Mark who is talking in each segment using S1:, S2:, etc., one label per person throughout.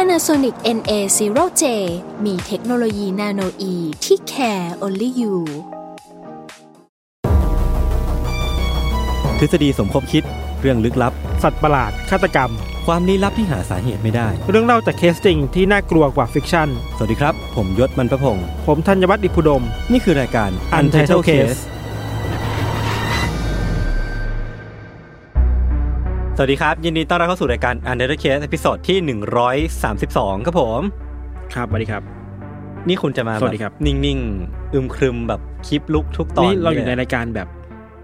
S1: Panasonic NA0J มีเทคโนโลยีนาโนอีที่ care only you
S2: ทฤษฎีสมคบคิดเรื่องลึกลับ
S3: สัตว์ประหลาด ฆาตกรรม
S2: ความลี้ลับที่หาสาเหตุไม่ได้
S3: เรื่องเล่าจากเคสจริงที่น่ากลัวกว่าฟิกชั่น
S2: สวัสดีครับ ผมยศมันประพงศ์
S3: ผมธัญวัฒน์อิพุดม
S2: นี่คือรายการ
S3: Untitled Case
S2: สวัสดีครับ ยินดีต้อนรับเข้าสู่รายการ Untitled Case ตอนที่ 132 ครับผม
S3: ครับสวัสดีครับ
S2: นี่คุณจะมา
S3: สวัสดีครับ
S2: แนิ่งๆ อึมครึมแบบคลิปลุกทุกตอน
S3: นี่เราอยู่ใน
S2: ล
S3: รายการแบบ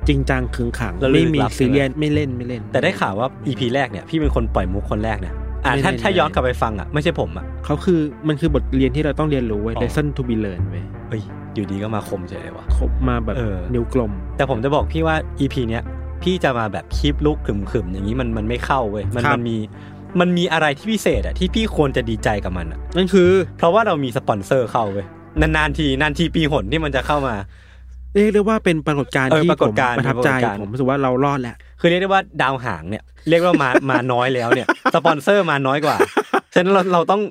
S3: จริงจังขึงขัง
S2: เรา
S3: ไม่มี
S2: ลึกลับ
S3: ซีเรียสไม่เล่นไม่เล่น
S2: แต่ได้ข่าวว่า EP แรกเนี่ยพี่เป็นคนปล่อยมุกคนแรกเนี่ยอ่ะถ้า
S3: ไม่ได้
S2: ถ้าย้อนกลับไปฟังอ่ะไม่ใช่ผมอ่ะ
S3: เขาคือมันคือบทเรียนที่เราต้องเรียนรู้เว้ย
S2: อ๋อ
S3: lesson to be learned เว้ย
S2: เฮ้ยอยู่ดีก็มาคมเฉยเลยวะ
S3: ครบมาแบบ
S2: เออ
S3: นิ้วกลม
S2: แต่ผมจะบอกพี่ว่า EP เนี้ยพี่จะมาแบบคลิปลุกขึมๆอย่างนี้มันมันไม่เข้าเว้ยมัน
S3: ครับ
S2: มันมีมันมีอะไรที่พิเศษอะที่พี่ควรจะดีใจกับมันอะ
S3: นั่นคือ
S2: เพราะว่าเรามีสปอนเซอร์เข้าเว้ยนานๆทีนานทีปีหนที่มันจะเข้ามา
S3: เรียกได้ว่าเป็นปรากฏการณ์
S2: เออ
S3: ที่
S2: ปรา
S3: ผ
S2: กฏ
S3: ม
S2: การณ์
S3: ประทับใจ
S2: ปรากฏการณ์
S3: ผมรู้สึกว่าเรารอดแล้ว
S2: คือเรียกได้ว่าดาวหางเนี่ยเรียกว่ามา มาน้อยแล้วเนี่ยสปอนเซอร์มาน้อยกว่าฉะนั้นเราเราต้อง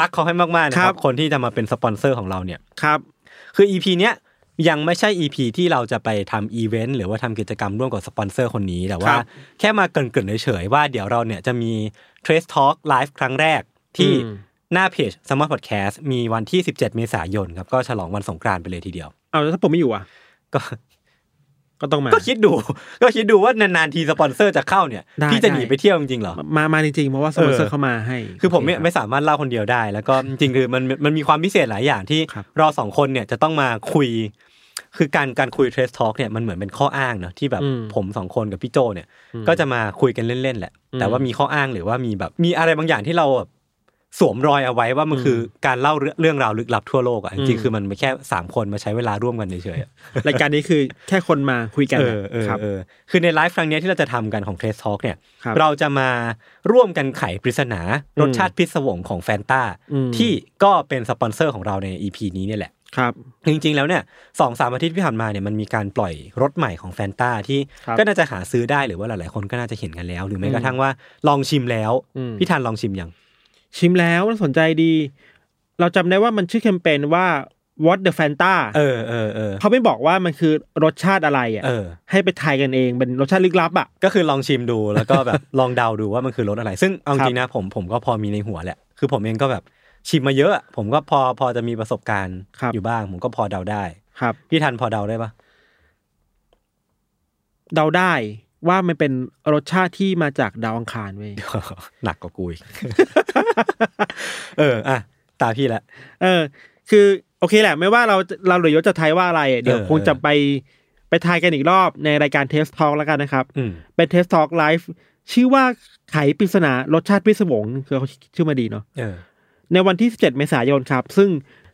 S2: รักเขาให้มากๆนะค
S3: ครั
S2: รับบ คนที่จะมาเป็นสปอนเซอร์ของเราเนี่ย
S3: ครับ
S2: คือ EP เนี้ยยังไม่ใช่ EP ที่เราจะไปทำอีเวนต์หรือว่าทำกิจกรรมร่วมกับสปอนเซอร์คนนี้ แต่ว่า
S3: ครับ
S2: แค่มาเกรินๆเฉยๆว่าเดี๋ยวเราเนี่ยจะมี Trace Talk Live ครั้งแรกที่
S3: อืม
S2: หน้าเพจ s m a r t Podcast มีวันที่ 17 เมษายนครับ ก็ฉลองวันสงกรานต์ไปเลยทีเดียว
S3: เอาแล้วถ้าผมไม่อยู่อ่ะ
S2: ก็
S3: ก็ต้องมา
S2: ก็คิดดู ก็คิดดูว่านานๆทีสปอนเซอร์จะเข้าเนี่ย
S3: ได้
S2: ที่จะ
S3: ได้
S2: หนีไปเที่ยวจริงๆเหรอ
S3: มามามาจริงๆเพราะว่าสปอนเซ
S2: เอ
S3: อ
S2: อ
S3: ร์เข้ามาให้
S2: คือผมเนี่ย
S3: โเรับ
S2: ไม่สามารถเล่าคนเดียวได้ แล้วก็จริงๆคือมันมันมีความพิเศษหลายอย่างที่
S3: ครับ
S2: เราสองคนเนี่ยจะต้องมาคุย คือการการคุยเทรสทอ a l k เนี่ยมันเหมือนเป็นข้ออ้างเนาะที่แบบผมสองคนกับพี่โจเนี่ย ก็จะมาคุยกันเล่นๆแหละ แต่ว่ามีข้ออ้างหรือว่ามีแบบมีอะไรบางอย่างที่เราแบบสวมรอยเอาไว้ว่ามันคือการเล่าเรื่องเรื่องราวลึกลับทั่วโลกอ่ะจริงๆคือมันแค่สามคนมาใช้เวลาร่วมกันเฉยๆอะ
S3: รายการนี้คือแค่คนมาคุยกัน
S2: เอ
S3: นะ
S2: อเออ
S3: ครับ
S2: เออคือในไลฟ์ครั้งเนี้ยที่เราจะทำกันของเทสทอ a l k เนี่ย
S3: ครับ
S2: เราจะมาร่วมกันไขปริศนา รสชาติพิศวงของแฟนตา
S3: อืม
S2: ที่ก็เป็นสปอนเซอร์ของเราใน EP นี้เนี่ยแหละ
S3: ครับ
S2: จริงๆ แล้วเนี่ยสองสามอาทิตย์ที่ผ่านมาเนี่ยมันมีการปล่อยรถใหม่ของแฟนตาที่
S3: ครับ
S2: ก็น่าจะหาซื้อได้หรือว่าหลายๆ คนก็น่าจะเห็นกันแล้ว หรือแม้กระทั่งว่าลองชิมแล้ว
S3: อืม
S2: พี่ทันลองชิมยัง
S3: ชิมแล้วน่าสนใจดี เราจำได้ว่ามันชื่อแคมเปญว่า What the Fanta
S2: เออเออเออ
S3: เขาไม่บอกว่ามันคือรสชาติอะไรอ่ะ
S2: เออ
S3: ให้ไปทายกันเองเป็นรสชาติลึกลับอ่ะ
S2: ก็คือลองชิมดูแล้วก็แบบ ลองเดาดูว่ามันคือรสอะไร ซึ่งเอาจริงนะผมผมก็พอมีในหัวแหละ คือผมเองก็แบบชิมมาเยอะอะผมก็พอพอจะมีประสบการณ์
S3: ครับ
S2: อยู่บ้าง ผมก็พอเดาได้
S3: ครับ
S2: พี่ทันพอเดาได้ปะ
S3: เดาได้ว่ามันเป็นรสชาติที่มาจากดาวอังคาร เว้ย
S2: หนักกว่ากูอีก เอออ่ะตาพี่ละ
S3: เออ คือโอเคแหละ ไม่ว่าเราจะเราหรือยศจะทายว่าอะไรอะเดี๋ยว
S2: เออ
S3: คงจะไปไปทายกันอีกรอบในรายการเทสทอ a l k แล้วกันนะครับ
S2: อืม
S3: เป็นเทสทอ a l k ไลฟ์ชื่อว่าไขปริศนารสชาติพิศวงคือเขาชื่อมาดีเนาะ
S2: เออ
S3: ในวันที่ 17 เมษายนครับ ซึ่ง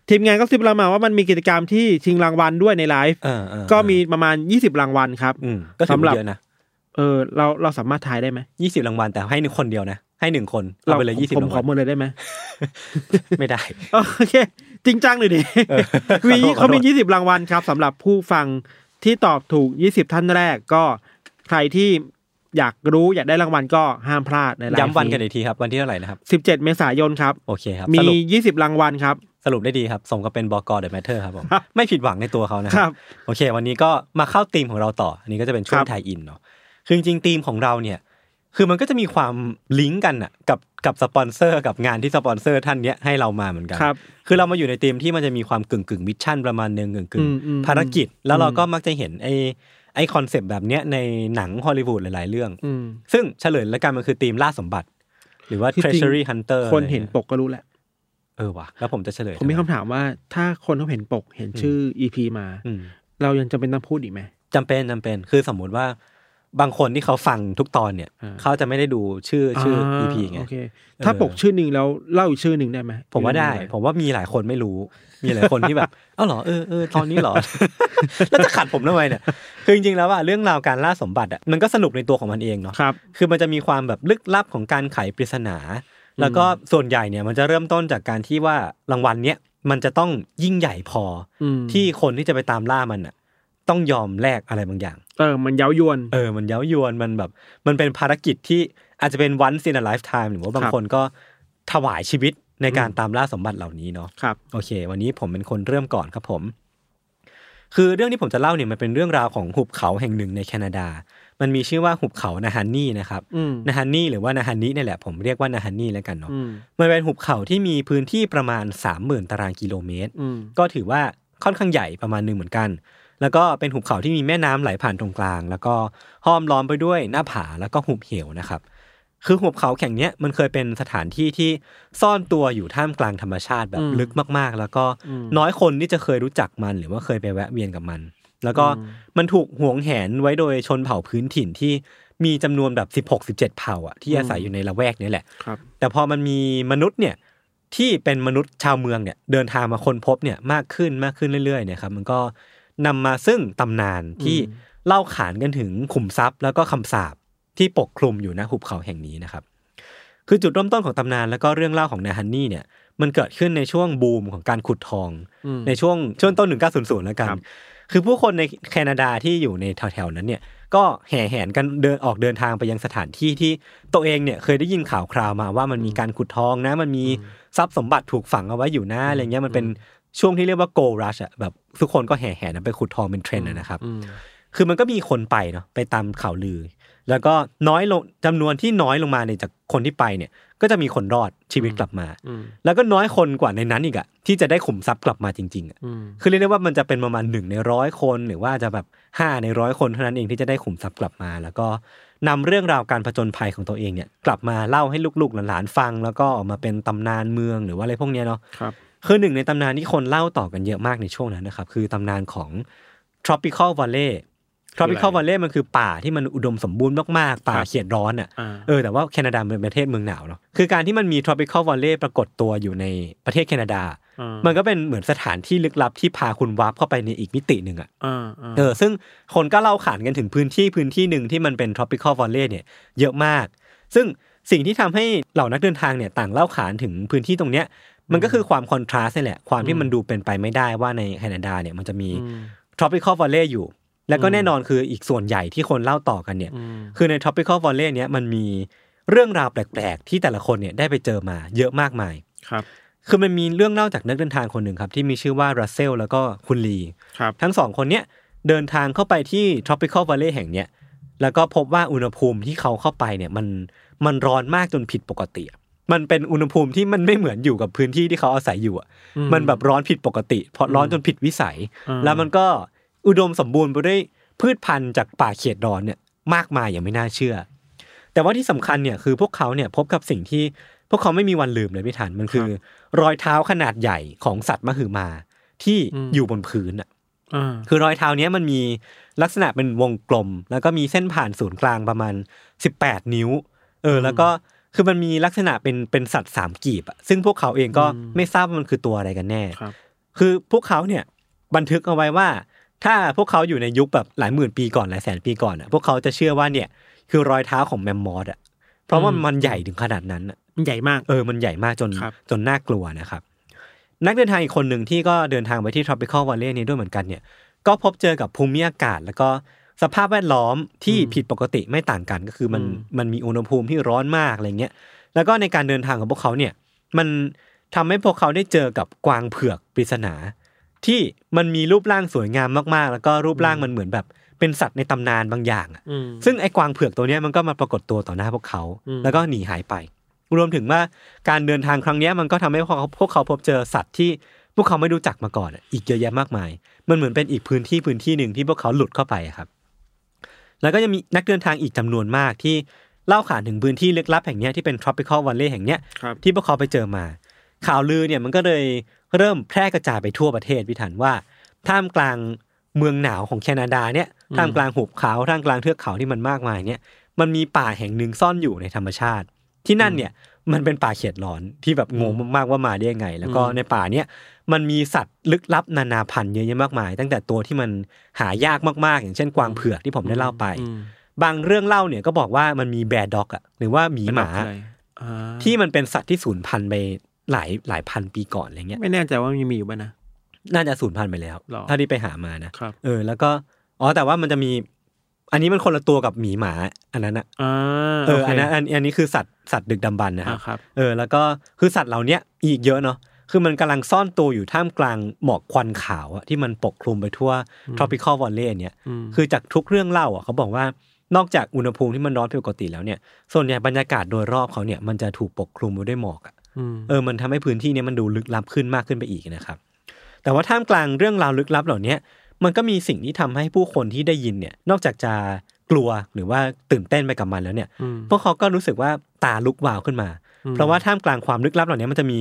S3: ทีมงานก็ซิบเรามาว่ามันมีกิจกรรมที่ชิงรางวัลด้วยในไลฟ์
S2: เออเออ
S3: ก็มีประมาณ 20 รางวัลครับ
S2: อืมก็ถือ
S3: สำหรั
S2: ว่า
S3: บ
S2: เยอะนะ
S3: เออเราเราสามารถทายได้ไหม
S2: ยี่สิบรางวัลแต่ให้หนึ่งคนเดียวนะ ให้หนึ่งคนเอาไปเลย
S3: ผม
S2: ยี่สิบ
S3: ผม
S2: ราง
S3: ข
S2: วั
S3: อ
S2: ล
S3: หมดเลยได้ไหม
S2: ไม่ได้
S3: โอเค จริงจังหน่อยดิ
S2: เออ
S3: มี
S2: ขอโทษ
S3: เขามี
S2: ขอโทษ
S3: ยี่สิบรางวัลครับสำหรับผู้ฟังที่ตอบถูก 20 ท่านแรกก็ใครที่อยากรู้อยากได้รางวัลก็ห้ามพลาดในไลฟ์
S2: ย้ำวันกันอีกทีครับวันที่เท่าไหร่นะครับ
S3: 17 เมษายนครับ
S2: โอเคครับ
S3: มี
S2: สรุป
S3: 20 รางวัลครับ
S2: สรุปได้ดีครับสมกับเป็นบกเดอะแมทเทอร์ครับผมไม่ผิดหวังในตัวเขานะค
S3: ค
S2: รั
S3: รับ บ
S2: โอเค วันนี้ก็มาเข้าธีมของเราต่อ อันนี้ก็จะเป็นช่วง
S3: ครับ
S2: ไทยอินเนาะคือจริงๆธีมของเราเนี่ย คือมันก็จะมีความลิงก์กันอะกับกับสปอนเซอร์กับงานที่สปอนเซอร์ท่านเนี้ยให้เรามาเหมือนกัน
S3: ครับ
S2: คือเรามาอยู่ในธีมที่มันจะมีความกึ่งกึ่งมิชชั่นประมาณหนึ่งกึ่งกึ่
S3: อื
S2: ง
S3: มอืม
S2: ภารกิจ แล้วเราก็มักจะเห็นไอไอคอนเซปต์แบบเนี้ยในหนังฮอลลีวูดหลายๆเรื่อง
S3: อืม
S2: ซึ่งเฉลยแล้วกันมันคือธีมล่าสมบัติ หรือว่า
S3: ที่จริง
S2: treasury hunter
S3: คนเห็น
S2: อะไร
S3: ป
S2: งี้ย
S3: กก็รู้แหละ
S2: เออว่ะแล้วผมจะเฉลย
S3: ผมมีคำถามว่าถ้าคนเขาเห็นปกเห็นชื่อ EP มา
S2: อืม
S3: เรายังจำเป็นต้องพูดอีกไหม
S2: จำเป็นจำเป็นคือสมมุติว่า บางคนที่เขาฟังทุกตอนเนี่ย
S3: อ่า
S2: เขาจะไม่ได้ดูชื่อชื่อ
S3: า
S2: EP ไง
S3: โอเค ถ้า
S2: เออ
S3: ปกชื่อหนึ่งแล้วเล่าอีกชื่อหนึ่งได้ไหม
S2: ผมว่าได้
S3: หรือ
S2: ผมว่ามีหลายคนไม่รู้ มีหลายคนที่แบบ เอ้าเหรอเออเออตอนนี้เหรอ แล้วจะขัดผมทำไมเนี่ยคือจริงๆแล้วอะเรื่องราวการล่าสมบัติอะมันก็สนุกในตัวของมันเองเนาะ
S3: ครับ
S2: คือมันจะมีความแบบลึกลับของการไขปริศนา แล้วก็ส่วนใหญ่เนี่ยมันจะเริ่มต้นจากการที่ว่ารางวัลเนี้ยมันจะต้องยิ่งใหญ่พออ
S3: อืม
S2: ที่คนที่จะไปตามล่ามันอ่ะต้องยอมแลกอะไรบางอย่าง
S3: เออมันเย้ายวน
S2: เออ มันเย้ายวนมันแบบ มันเป็นภารกิจที่อาจจะเป็นวัน in a lifetime หรือว่าบาง
S3: ครับ
S2: คนก็ถวายชีวิตในการตามล่าสมบัติเหล่านี้เนาะ
S3: ครับ
S2: โอเค วันนี้ผมเป็นคนเริ่มก่อนครับผม คือเรื่องที่ผมจะเล่าเนี่ยมันเป็นเรื่องราวของหุบเขาแห่งหนึ่งในแคนาดา มันมีชื่อว่าหุบเขานาฮันนี่นะครับ
S3: อืม
S2: นาฮันนี่หรือว่านาฮันนี่เนี่ยแหละผมเรียกว่านาฮันนี่แล้วกันเนาะ
S3: อืม
S2: มันเป็นหุบเขาที่มีพื้นที่ประมาณ 30,000 ตารางกิโลเมตร
S3: อืม
S2: ก็ถือว่าค่อนข้างใหญ่ประมาณหนึ่งเหมือนกัน แล้วก็เป็นหุบเขาที่มีแม่น้ำไหลผ่านตรงกลาง แล้วก็ห้อมล้อมไปด้วยหน้าผาแล้วก็หุบเหวนะครับ คือหุบเขาแข่งเนี้ยมันเคยเป็นสถานที่ที่ซ่อนตัวอยู่ท่ามกลางธรรมชาติแบบลึกมากๆ แล้วก็น้อยคนที่จะเคยรู้จักมันหรือว่าเคยไปแวะเวียนกับมัน แล้วก็มันถูกหวงแหนไว้โดยชนเผ่าพื้นถิ่นที่มีจำนวนแบบ 16-17 เผ่าอะที่อาศัยอยู่ในละแวกเนี้ยแหละ
S3: ครับ
S2: แต่พอมันมีมนุษย์เนี่ยที่เป็นมนุษย์ชาวเมืองเนี่ยเดินทางมาค้นพบเนี่ยมากขึ้นมากขึ้นเรื่อยๆเนี่ยครับมันก็นำมาซึ่งตำนานที่
S3: อืม
S2: เล่าขานกันถึงขุมทรัพย์ แล้วก็คำสาปที่ปกคลุมอยู่ณหุบเขาแห่งนี้นะครับ คือจุดเริ่มต้นของตำนานแล้วก็เรื่องเล่าของนาฮันนี่เนี่ยมันเกิดขึ้นในช่วงบูมของการขุดทอง
S3: อืม
S2: ในช่วงช่วงต้น 1900 แล้วกัน
S3: ครับ
S2: คือผู้คนในแคนาดาที่อยู่ในแถวๆนั้นเนี่ย ก็แห่แหนกันเดินออกเดินทางไปยังสถานที่ที่ตัวเองเนี่ยเคยได้ยินข่าวคราวมาว่ามันมีการขุดทองนะ มันมีทรัพย์สมบัติถูกฝังเอาไว้อยู่นะอะไรเงี้ย มันเป็นช่วงที่เรียกว่าโก u s h อะแบบทุกคนก็แห่แหนไปขุดทองเป็นเทรนด์อะนะครับ
S3: อืม
S2: คือมันก็มีคนไปเนาะไปตามข่าวลือ แล้วก็น้อยลงจำนวนที่น้อยลงมาในจากคนที่ไปเนี่ย ก็จะมีคนรอดชีวิตกลับมา
S3: อืม
S2: แล้วก็น้อยคนกว่าในนั้นอีกอะที่จะได้ขุมทรัพย์กลับมาจริงๆอะ
S3: อืม
S2: คือเรียกได้ว่ามันจะเป็นประมาณหนึ่งในร้อยคน หรือว่าจะแบบห้าในร้อยคนเท่านั้นเองที่จะได้ขุมทรัพย์กลับมา แล้วก็นำเรื่องราวการผจญภัยของตัวเองเนี่ยกลับมาเล่าให้ลูกๆหลานๆฟัง แล้วก็ออกมาเป็นตำนานเมืองหรือว่าอะไรพวกเนี้ยเนาะ
S3: ครับ
S2: คือหนึ่งในตำนานที่คนเล่าต่อกันเยอะมากในช่วงนั้นนะครับคือตำนานของ tropical valley tropical valley มันคือป่าที่มันอุดมสมบูรณ์มากๆป่าเขตร้อนอ่ะ
S3: อ่า
S2: เออแต่ว่าแคนาดาเป็นประเทศเมืองหนาวเนาะคือการที่มันมี tropical valley ปรากฏตัวอยู่ในประเทศแคนาดา
S3: อ่ามั
S2: มันก็เป็นเหมือนสถานที่ลึกลับที่พาคุณวาร์ปเข้าไปในอีกมิติหนึ่งอะ
S3: อ่าอ่า
S2: เออซึ่งคนก็เล่าขานกันถึงพื้นที่พื้นที่หนึ่งที่มันเป็น tropical valley เนี่ยเยอะมาก ซึ่งสิ่งที่ทำให้เหล่านักเดินทางเนี่ยต่างเล่าขานถึงพื้นที่ตรงเนี้ยมันก็คือความคอนทราสต์นี่แหละความที่มันดูเป็นไปไม่ได้ว่าในแคนาดาเนี่ยมันจะมี tropical valley อยู่ แล้วก็แน่นอนคืออีกส่วนใหญ่ที่คนเล่าต่อกันเนี่ย
S3: อืม
S2: คือใน tropical valley เนี้ยมันมีเรื่องราวแปลกๆ ที่แต่ละคนเนี่ยได้ไปเจอมาเยอะมากมาย
S3: ครับ
S2: คือมันมีเรื่องเล่าจากนักเดินทางคนหนึ่งครับ ที่มีชื่อว่ารัสเซลแล้วก็คุณลี
S3: ครับ
S2: ทั้งสองคนเนี้ยเดินทางเข้าไปที่ tropical valley แห่งเนี้ยแล้วก็พบว่าอุณหภูมิที่เขาเข้าไปเนี่ยมันมันร้อนมากจนผิดปกติอะมันเป็นอุณหภูมิที่มันไม่เหมือนอยู่กับพื้นที่ที่เขาอาศัยอยู่อะมันแบบร้อนผิดปกติ เพราะร้อนจนผิดวิสัย
S3: อืม
S2: แล้วมันก็อุดมสมบูรณ์ไปด้วยพืชพันธุ์จากป่าเขตร้อนเนี่ยมากมายอย่างไม่น่าเชื่อ แต่ว่าที่สำคัญเนี่ยคือพวกเขาเนี่ยพบกับสิ่งที่พวกเขาไม่มีวันลืมเลยพี่ทันมันคือ รอยเท้าขนาดใหญ่ของสัตว์มหึมาที่อยู่บนพื้นอะ
S3: อ่า
S2: คือรอยเท้าเนี้ยมันมีลักษณะเป็นวงกลม แล้วก็มีเส้นผ่านศูนย์กลางประมาณ 18 นิ้ว เออ แล้วก็คือมันมีลักษณะเป็นเป็นสัตว์สามกีบอะซึ่งพวกเขาเองก็ไม่ทราบว่ามันคือตัวอะไรกันแน่
S3: ครับ
S2: คือพวกเขาเนี่ยบันทึกเอาไว้ว่า ถ้าพวกเขาอยู่ในยุคแบบหลายหมื่นปีก่อนหลายแสนปีก่อนอะพวกเขาจะเชื่อว่าเนี่ยคือรอยเท้าของแมมมอสอะเพราะว่ามันใหญ่ถึงขนาดนั้นอะ
S3: มันใหญ่มาก
S2: เออ มันใหญ่มากจน
S3: ครับ
S2: จนน่ากลัวนะครับ นักเดินทางอีกคนหนึ่งที่ก็เดินทางไปที่ tropical valley นี้ด้วยเหมือนกันเนี่ย ก็พบเจอกับภูมิอากาศ แล้วก็สภาพแวดล้อมที่ผิดปกติไม่ต่างกันก็คือมัน
S3: อืม
S2: มันมีอุณหภูมิที่ร้อนมากอะไรเงี้ย แล้วก็ในการเดินทางของพวกเขาเนี่ย มันทำให้พวกเขาได้เจอกับกวางเผือกปริศนา ที่มันมีรูปร่างสวยงามมากๆ แล้วก็รูปร่างมันเหมือนแบบเป็นสัตว์ในตำนานบางอย่างอะ
S3: อืม
S2: ซึ่งไอ้กวางเผือกตัวเนี้ยมันก็มาปรากฏตัวต่อหน้าพวกเขา
S3: อืม
S2: แล้วก็หนีหายไป รวมถึงว่าการเดินทางครั้งเนี้ยมันก็ทำให้พวกเขาพวกเขาพบเจอสัตว์ที่พวกเขาไม่รู้จักมาก่อนอะอีกเยอะแยะมากมาย มันเหมือนเป็นอีกพื้นที่พื้นที่หนึ่งที่พวกเขาหลุดเข้าไปอะครับ แล้วก็จะมีนักเดินทางอีกจำนวนมากที่เล่าขานถึงพื้นที่ลึกลับแห่งเนี้ยที่เป็น tropical valley แห่งเนี้ย
S3: ครับ
S2: ที่พวกเขาไปเจอมา ข่าวลือเนี่ยมันก็เลยเริ่มแพร่กระจายไปทั่วประเทศพิถันว่า ท่ามกลาง เมืองหนาวของแคนาดาเนี่ยท่ามกลางหุบเขาท่ามกลางเทือกเขาที่มันมากมายเนี่ย มันมีป่าแห่งหนึ่งซ่อนอยู่ในธรรมชาติ ที่นั่นเนี่ยมันเป็นป่าเขตร้อนที่แบบงงมากๆว่ามาได้ยังไง แล้วก็
S3: อืม
S2: ในป่าเนี่ยมันมีสัตว์ลึกลับนานาพันธุ์เยอะแยะมากมาย ตั้งแต่ตัวที่มันหายากมากๆ อย่างเช่นกวางเผือกที่ผมได้เล่าไป
S3: อืม
S2: บางเรื่องเล่าเนี่ยก็บอกว่ามันมีแบร์ด็อกอะหรือว่าหมีหมา
S3: เป็นแบบอะไรอ่า
S2: ที่มันเป็นสัตว์ที่สูญพันธุ์ไปหลายหลายพันปีก่อนอะไรเงี้ย
S3: ไม่แน่ใจว่ามีมีอยู่ป่ะนะ
S2: น่าจะสูญพันธุ์ไปแล้ว
S3: หรอ
S2: ถ้าที่ไปหามานะครับ เออ แล้วก็อ๋อแต่ว่ามันจะมี อันนี้มันคนละตัวกับหมีหมา อันนั้นอะ
S3: อ่า
S2: เออ
S3: โค
S2: อันนั้นอันอันนี้คือสัตว์สัตว์ดึกดำบรรพ์นะค
S3: อ่า
S2: รับ
S3: ครับ
S2: เออแล้วก็คือสัตว์เหล่าเนี้ยอีกเยอะเนาะคือมันกำลังซ่อนตัวอยู่ท่ามกลางหมอกควันขาวอะที่มันปกคลุมไปทั่ว tropical valley เนี่ย
S3: อืม
S2: คือจากทุกเรื่องเล่าอ่ะเขาบอกว่านอกจากอุณหภูมิที่มันร้อนผิดปกติแล้วเนี่ย ส่วนใหญ่บรรยากาศโดยรอบเขาเนี่ยมันจะถูกปกคลุมไปด้วยหมอกอะ
S3: ม
S2: เออมันทำให้พื้นที่เนี่ยมันดูลึกลับขึ้นมากขึ้นไปอีกนะครับ แต่ว่าท่ามกลางเรื่องราวลึกลับเหล่าเนี้ยมันก็มีสิ่งที่ทำให้ผู้คนที่ได้ยินเนี่ย นอกจากจะกลัวหรือว่าตื่นเต้นไปกับมันแล้วเนี่ย
S3: ม
S2: พวกเขาก็รู้สึกว่าตาลุกวาวขึ้นมา
S3: อืม
S2: เพราะว่าท่ามกลางความลึกลับเหล่านี้มันจะมี